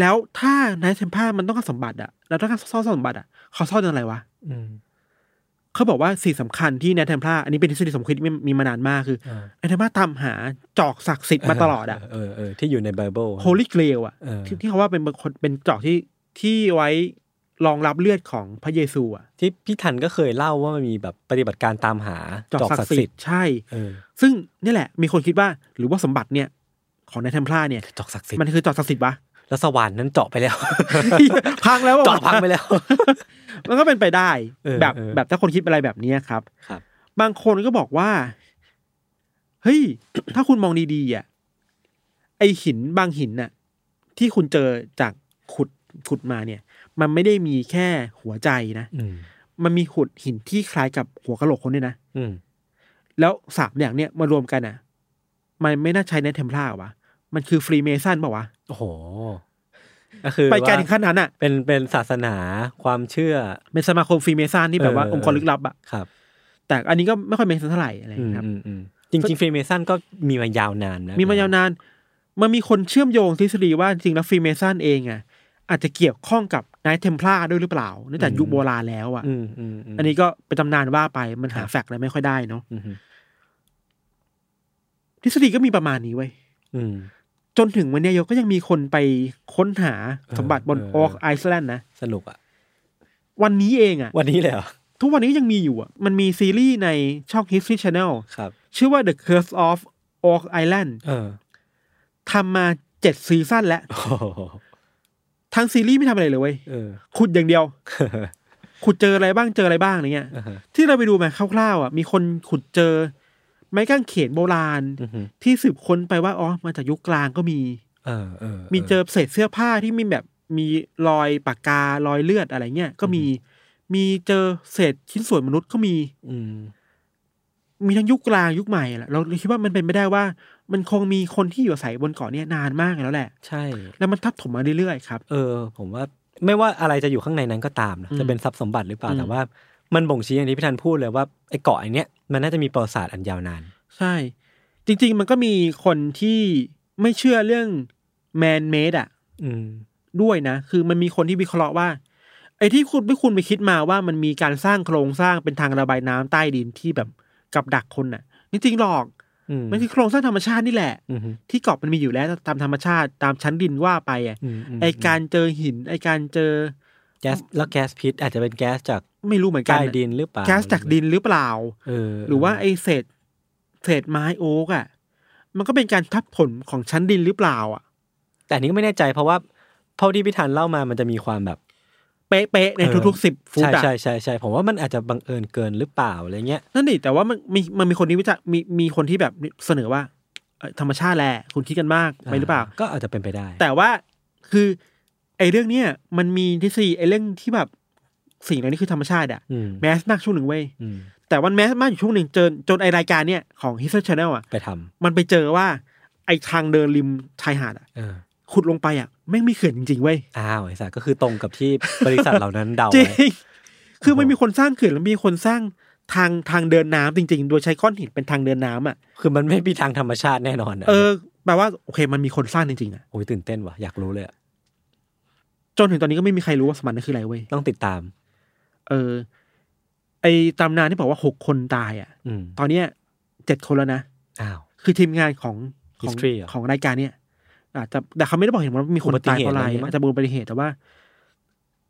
S3: แล้วถ้านายเทมพลามันต้องการสมบัติอะแล้วต้องการซ่อนสมบัติอะเขาซ่อนอย่างไรวะ
S2: อืม
S3: เขาบอกว่าสิ่งสำคัญที่นายเทมพลาอันนี้เป็นทฤษฎีสมคิดมีมีมานานมากคือ
S2: เออ
S3: นายเทมพลาตามหาจอกศักดิ์สิทธิ์มาตลอดอะ
S2: เออเออที่อยู่ในไบเบิล
S3: โฮลี่เกลวอ่ะ
S2: เออ
S3: ที่ที่เขาว่าเป็นคนเป็นจอกที่ที่ไว้รองรับเลือดของพระเยซูอ่ะ
S2: ที่พี่ทันก็เคยเล่าว่ามันมีแบบปฏิบัติการตามหา
S3: จอกศักดิ์สิทธิ์ใช่
S2: เออ
S3: ซึ่งนี่แหละ มีคนคิดว่าหรือว่าสมบัติเนี่ยของนายเทมพลาเนี่ย
S2: จอกศักดิ์สิทธิ์
S3: มันคือจอกศักดิ์สิทธิ์ปะ
S2: แล้วสว่านนั้นเจาะไปแล้ว
S3: พังแล้วอะ
S2: เจาะพังไปแล้ว
S3: มันก็เป็นไปได้
S2: เออ
S3: แบบ
S2: เออ
S3: แบบถ้าคนคิดอะไรแบบเนี้ยครับ
S2: ครับ
S3: บางคนก็บอกว่า เฮ้ย ถ้าคุณมองดีๆอ่ะไอหินบางหินน่ะ ที่คุณเจอจากขุดขุดมาเนี่ย มันไม่ได้มีแค่หัวใจนะ
S2: อืม
S3: มันมีขุดหินที่คล้ายกับหัวกะโหลกคนด้วยนะ
S2: อืม
S3: แล้วสามอย่างเนี่ยมารวมกันอ่ะ มันไม่น่าใช้ในเทมพลาหรอวะ มันคือฟรีเมซันป่าวะ
S2: โอ้โห ก็คือ
S3: ไปไกล
S2: ว่า
S3: ถึงขั้นนั้นอ่ะ
S2: เป็นเป็นศาสนาความเชื่อ
S3: เป็นสมาคมฟรีเมซันที่แบบว่า
S2: เออ
S3: องค์กรลึกลับอ่ะ
S2: ครับ
S3: แต่อันนี้ก็ไม่ค่อยเมซันเท่าไหร่อะไรอ
S2: อื
S3: ย่า
S2: ม
S3: งเงี้ยครับ
S2: อืมอืมจริงๆฟรีเมสันก็มีมายาวนานนะ
S3: มีมายาวนาน มันมีคนเชื่อมโยงทฤษฎีว่าจริงๆแล้วฟรีเมซันเองอ่ะ อาจจะเกี่ยวข้องกับนายเทมพลาด้วยหรือเปล่าเนื่องจากยุคโบราณแล้วอ่ะ
S2: อืมอืมอืม
S3: อันนี้ก็เป็นตำนานว่าไป มันหาแฟกต์อะไรไม่ค่อยได้เนาะ
S2: อืม
S3: ทฤษฎีก็มีประมาณนี้เว้ย
S2: อืม
S3: จนถึงวันเนี้ยโยก็ยังมีคนไปค้นหาสมบัติบน
S2: เออ
S3: อ
S2: เอ
S3: อ
S2: อ
S3: กไอซ์แลนด์นะ
S2: สนุกอ่ะ
S3: วันนี้เองอะ
S2: วันนี้เลยเหรอ
S3: ทุกวันนี้ก็ยังมีอยู่อะมันมีซีรีส์ในช่อง History Channel
S2: ครับ
S3: ชื่อว่า The Curse of Orc Island
S2: เออ
S3: ทำมาเจ็ดซีซั่นแล้ว
S2: โอ้โห
S3: ทางซีรีส์ไม่ทำอะไรเลยเว้ย
S2: เอ อ
S3: ขุดอย่างเดียว ขุดเจออะไรบ้างเจออะไรบ้างอะไรเงี้ย
S2: อ่าฮะ
S3: ที่เราไปดูมาคร่าวๆอะมีคนขุดเจอ ไม้กางเขนโบราณ
S2: อือหือ
S3: ที่สืบค้นไปว่าอ๋อมาจากยุคกลางก็มี
S2: เออเออ
S3: มีเจอเศษเสื้อผ้าที่มีแบบมีรอยปากการอยเลือดอะไรเงี้ยก็มีมีเจอเศษชิ้นส่วนมนุษย์ก็มี
S2: อืม
S3: มีทั้งยุคกลางยุคใหม่แหละเราคิดว่ามันเป็นไม่ได้ว่า มันคงมีคนที่อยู่อาศัยบนเกาะเนี่ยนานมากแล้วแหละ
S2: ใช่
S3: แล้วมันทับถมมาเรื่อยๆครับ
S2: เออ ผมว่าไม่ว่าอะไรจะอยู่ข้างในนั้นก็ตามนะ
S3: อืม
S2: จะเป็นทรัพย์สมบัติหรือเปล่า
S3: อืม
S2: แต่ว่า มันบ่งชี้อย่างที่พี่ธันพูดเลยว่าไอ้เกาะอันเนี้ยมันน่าจะมีประวัติศาสตร์อันยาวนาน
S3: ใช่ จริง ๆ มันก็มีคนที่ไม่เชื่อเรื่องแมนเมดอะ
S2: อืม
S3: ด้วยนะ คือมันมีคนที่วิเคราะห์ว่า ไอ้ที่คุณไม่คุณไปคิดมาว่ามันมีการสร้างโครงสร้างเป็นทางระบายน้ำใต้ดินที่แบบกับดักคนน่ะจริงๆหรอก
S2: อืม
S3: มันคือโครงสร้างธรรมชาตินี่แหละ
S2: อืมฮึ
S3: ที่เกาะมันมีอยู่แล้วตามธรรมชาติตามชั้นดินว่าไปอะ
S2: มม
S3: ไอการเจอหิน ไอการเจอ
S2: แก๊สแล้วแก๊สพิษอาจจะเป็นแก๊สจาก
S3: ไม่รู้เหมือนกัน
S2: ใต้
S3: อะ
S2: ดินหรือเปล่า
S3: แก๊สจากดินหรือเปล่า
S2: เออ
S3: หรือว่าไอเศษเศษไม้โอ๊กอะมันก็เป็นการทับผลของชั้นดินหรือเปล่าอะ
S2: แต่อันนี้ก็ไม่แน่ใจเพราะว่าเท่าที่พี่ธันเล่ามามันจะมีความแบบ
S3: เป๊ะๆใน
S2: เออ
S3: ทุกๆสิบฟุต
S2: ใช่
S3: อะ
S2: ใช่ใช่ใช่ผมว่ามันอาจจะบังเอิญเกินหรือเปล่าอะไรเงี้ย
S3: นั่นดิแต่ว่ามันมีมันมีคนที่วิจารมีมีคนที่แบบเสนอว่าเอ่อธรรมชาติแหละคุณคิดกันมากไปหรือเปล่า
S2: ก็อาจจะเป็นไปได้
S3: แต่ว่าคือไอเรื่องเนี้ยมันมีทฤษฎีไอเรื่องที่แบบสิ่งเหล่านี้คือธรรมชาติอะ
S2: อืม
S3: แมสมากช่วงหนึ่งเว้ย
S2: อืม
S3: แต่วันแมสมากอยู่ช่วงหนึ่งจนจนไอรายการเนี่ยของ History Channel อ่ะ
S2: ไปทำ
S3: มันไปเจอว่า ไอทางเดินริมชายหาดอ่ะ
S2: เออ
S3: ขุดลงไปอ่ะ ไม่งมีเขื่อนจริง ๆ เว้ย
S2: อ้าวไอ้สัสก็คือตรงกับที่บริษัทเหล่านั้นเดา
S3: จริง
S2: ไว้
S3: คือมันมีคนสร้างเขื่อนแล้วมีคนสร้างทางทางเดินน้ำจริง ๆ โดยใช้ก้อนหินเป็นทางเดินน้ำอ่ะ
S2: คือมันไม่มีทางธรรมชาติแน่นอนนะ
S3: เออแปลว่าโอเคมันมีคนสร้างจริงๆอ่ะ
S2: โอ้ยตื่นเต้นว่ะอยากรู้เลยอะ
S3: จนถึงตอนนี้ก็ไม่มีใครรู้ว่าสมันนั้นคืออะไรเว้ย
S2: ต้องติดตาม
S3: เออ ไอตำนานที่บอกว่าหกคนตายอ่ะ
S2: อืม
S3: ตอนเนี้ยเจ็ดคนแล้วนะ
S2: อ้าว
S3: คือทีมงานของของ
S2: History เหรอ
S3: ของรายการเนี่ยอาจจะแต่เขาไม่ได้บอกเห็นว่ามีคน
S2: อุบัติ
S3: ตาย
S2: เหตุ
S3: เพราะอะ
S2: อะ
S3: ไร
S2: ไรอย่างเงี้ย
S3: อาจจะเป็นอุบัติเหตุแต่ว่า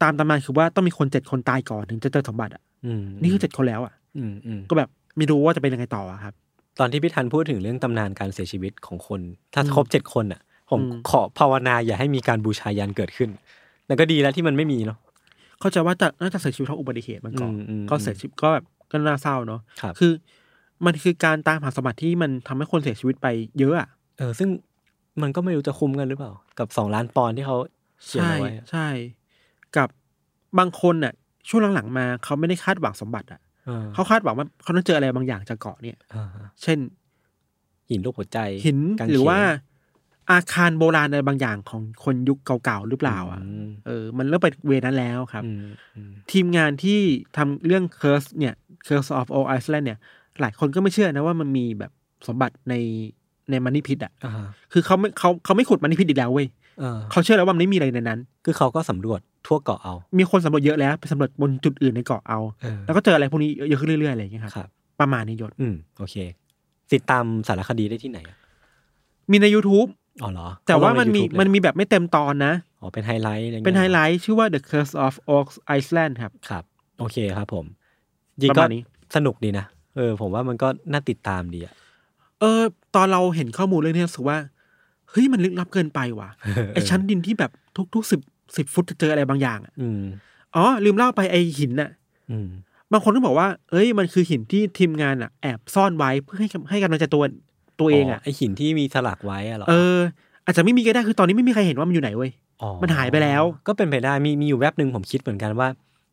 S3: ตามตำนานคือว่าต้องมีคนเจ็ดคนตายก่อนถึงจะเจอสมบัติอ่ะ
S2: อืม
S3: นี่คือเจ็ดคนแล้วอ่ะ
S2: อืมอืม
S3: ก็แบบไม่รู้ว่าจะเป็นยังไงต่ออะครับ
S2: ตอนที่พี่ทันพูดถึงเรื่องตำนานการเสียชีวิตของคน ถ้า
S3: อืม
S2: ครบเจ็ดคนอ่ะ ผม
S3: อืม
S2: ขอภาวนาอย่าให้มีการบูชายันเกิดขึ้นแต่ก็ดีแล้วที่มันไม่มีเนาะ
S3: เข้าใจว่าจะน่าจะเสียชีวิตเพราะอุบัติเหตุมันก่อน
S2: อืมอืม
S3: ก็เสียชีวิตก็แบบก็น่าเศร้าเนาะ
S2: ครับ
S3: คือ มันคือการตามหาสมบัติที่มันทำให้คนเสียชีวิตไปเยอะอะ
S2: เออ ซึ่งมันก็ไม่รู้จะคุ้มกันหรือเปล่า กับสองล้านปอนด์ที่เขาเขียน
S3: ใช่
S2: เอาไว้อะ
S3: ใช่ กับบางคนน่ะ ช่วงหลังๆมาเขาไม่ได้คาดหวังสมบัติอ่ะ
S2: เออ
S3: เขาคาดหวังว่าเขาต้องเจออะไรบางอย่างจากเกาะเนี่ย
S2: อ่า
S3: เช่น
S2: หินรูปหัวใจ
S3: หิน
S2: กงเขน
S3: หรือว่าอาคารโบราณอะไรบางอย่างของคนยุคเก่าๆหรือเปล่าอ่ะ
S2: ม
S3: เออ มันเริ่มไปเวนั้นแล้วครับ
S2: อืมอืม
S3: ทีมงานที่ทำเรื่อง Curse เนี่ย Curse of Old Iceland เนี่ย หลายคนก็ไม่เชื่อนะว่ามันมีแบบสมบัติในในมันนี่พิษอ่ะ
S2: อ่า
S3: คือเขาไม่เขาเขาไม่ขุดมันนี่พิษอีกแล้วเว้ย
S2: เออ
S3: เขาเชื่อแล้วว่ามันไม่มีอะไรในนั้น
S2: คือเขาก็สำรวจทั่วเกาะเอา
S3: มีคนสำรวจเยอะแล้วไปสำรวจบนจุดอื่นในเกาะเอา
S2: เออ
S3: แล้วก็เจออะไรพวกนี้เยอะขึ้นเรื่อยๆอะไรอย่างเงี้ยครับ
S2: ครับ
S3: ประมาณนี้ยศ
S2: อืม โอเค ติดตามสารคดีได้ที่ไหนอะ
S3: มีใน YouTube
S2: อ๋อเหรอ
S3: แต่ว่า
S2: เขลง
S3: มันมี
S2: ใ YouTube
S3: มัน
S2: เลย
S3: มีแบบไม่เต็มตอนนะ
S2: อ๋อเป็นไฮไลท์อะไรงี้ย
S3: เป็นไฮไลท์ชื่อว่า The Curse of Oak Iceland ครับ
S2: ครับ โอเคครับผมยิง
S3: ป
S2: ก็
S3: ระมาณนี้
S2: สนุกดีนะ เออ ผมว่ามันก็น่าติดตามดีอะ
S3: เออ ตอนเราเห็นข้อมูลเรื่องนี้รู้สึกว่า เฮ้ย มันลึกลับเกินไปว่ะ ไอชั้นดินที่แบบทุกๆสิบสิบฟุตจะเจออะไรบางอย่างอะ
S2: อืม
S3: อ๋อ ลืมเล่าไปไอหินน่ะ
S2: อืม
S3: บางคนก็บอกว่า เอ้ย มันคือหินที่ทีมงานอ่ะ แอบซ่อนไว้เพื่อให้ให้กำลังใจตัวตัวเองอ่ะ
S2: ไอหินที่มีสลักไว้อะเหรอ
S3: เออ อาจจะไม่มีก็ได้ คือตอนนี้ไม่มีใครเห็นว่ามันอยู่ไหนเว้ย
S2: อ
S3: มันหายไปแล้ว
S2: ก็เป็นไปได้มีมีอยู่แวบหนึ่งผมคิดเหมือนกันว่า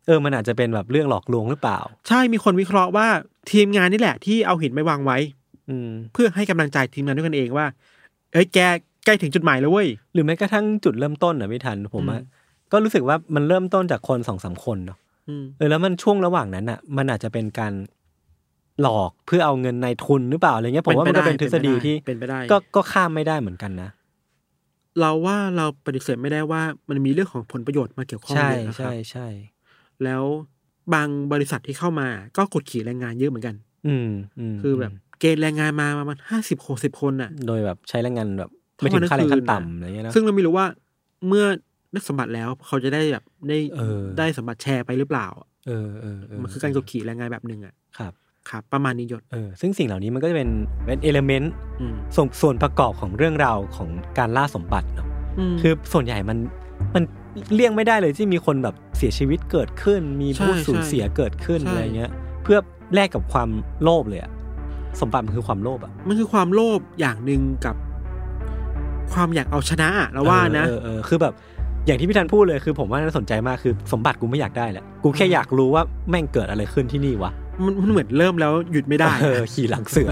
S2: เออมันอาจจะเป็นแบบเรื่องหลอกลวงหรือเปล่า
S3: ใช่ มีคนวิเคราะห์ว่าทีมงานนี่แหละที่เอาหินไปวางไว้
S2: อืม
S3: เพื่อให้กำลังใจทีมงานด้วยกันเองว่า เอ้ย แกใกล้ถึงจุดหมายแล้วเว้ย
S2: หรือแม้กระทั่งจุดเริ่มต้นนะพี่ทันผมอะ
S3: อืม
S2: ก็รู้สึกว่ามันเริ่มต้นจากคนสองสามคนเนาะ
S3: อืม
S2: เออแล้วมันช่วงระหว่างนั้นอะมันอาจจะเป็นการหลอกเพื่อเอาเงินในทุนหรือเปล่าอะไรเงี้ยผมว่ามันก็เป็นทฤษฎีที่
S3: เป็นไปได้
S2: ก็ก็ข้ามไม่ได้เหมือนกันนะ
S3: เราว่าเราปฏิเสธไม่ได้ว่ามันมีเรื่องของผลประโยชน์มาเกี่ยวข้อง
S2: ใช่
S3: เยอะนะครั
S2: ใช่
S3: บ
S2: ใช่
S3: แล้วบางบริษัทที่เข้ามาก็กดขี่แรงงานเยอะเหมือนกัน
S2: อืมม
S3: คือแบบเกณฑ์แรงงานมาประมาณห้าสิบหกสิบคนน่ะ
S2: โดยแบบใช้แรงงานแบบไม่ถึงค่าแรงขั้นต่ำอะไรเงี้ยนะ
S3: ซึ่งเราไม่รู้ว่าเมื่อได้สมบัติแล้วเขาจะได้แบบได้
S2: เออ
S3: ได้สมบัติแชร์ไปหรือเปล่า
S2: เออเออเ
S3: มันคือการกดขี่แรงงานแบบหนึ่งอ่ะ
S2: ครับ
S3: ครับประมาณนี้ยศ
S2: เออซึ่งสิ่งเหล่านี้มันก็จะเป็นเป็นเอลเมนต์
S3: อืม
S2: ส่วนส่วนประกอบของเรื่องราวของการล่าสมบัติเนาะ
S3: ม
S2: คือส่วนใหญ่มันมันเลี่ยงไม่ได้เลยที่มีคนแบบเสียชีวิตเกิดขึ้น มีผู้
S3: ใช่
S2: สูญเสียเกิดขึ้น
S3: ใช่
S2: อะไรเงี้ย เพื่อแลกกับความโลภเลยอะสมบัติมันคือความโลภอะ
S3: มันคือความโลภอย่างหนึ่งกับความอยากเอาชนะอะเราว่านะ
S2: เออเออเออคือแบบอย่างที่พี่ทันพูดเลยคือผมว่าน่าสนใจมากคือสมบัติกูไม่อยากได้แหละกูแค่อยากรู้ว่าแม่งเกิดอะไรขึ้นที่นี่วะ
S3: มันมันเหมือนเริ่มแล้วหยุดไม่ได้
S2: เออขี่หลังเสือ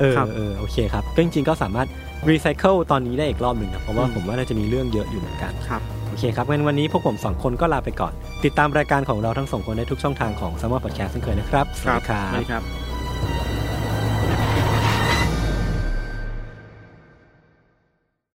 S2: เออ
S3: ครับ
S2: เออโอเคครับก็จริงๆก็สามารถรีไซเคิลตอนนี้ได้อีกรอบหนึ่งนะเพราะว่า
S3: อืม
S2: ผมว่าน่าจะมีเรื่องเยอะอยู่เหมือนกัน
S3: ครับ
S2: โอเคครับงั้นวันนี้พวกผมสองคนก็ลาไปก่อน ติดตามรายการของเราทั้งสองคนได้ทุกช่องทางของ s ซ m m e r Podcast เช่นเคยนะครับ
S3: ครับสวัสดีครับ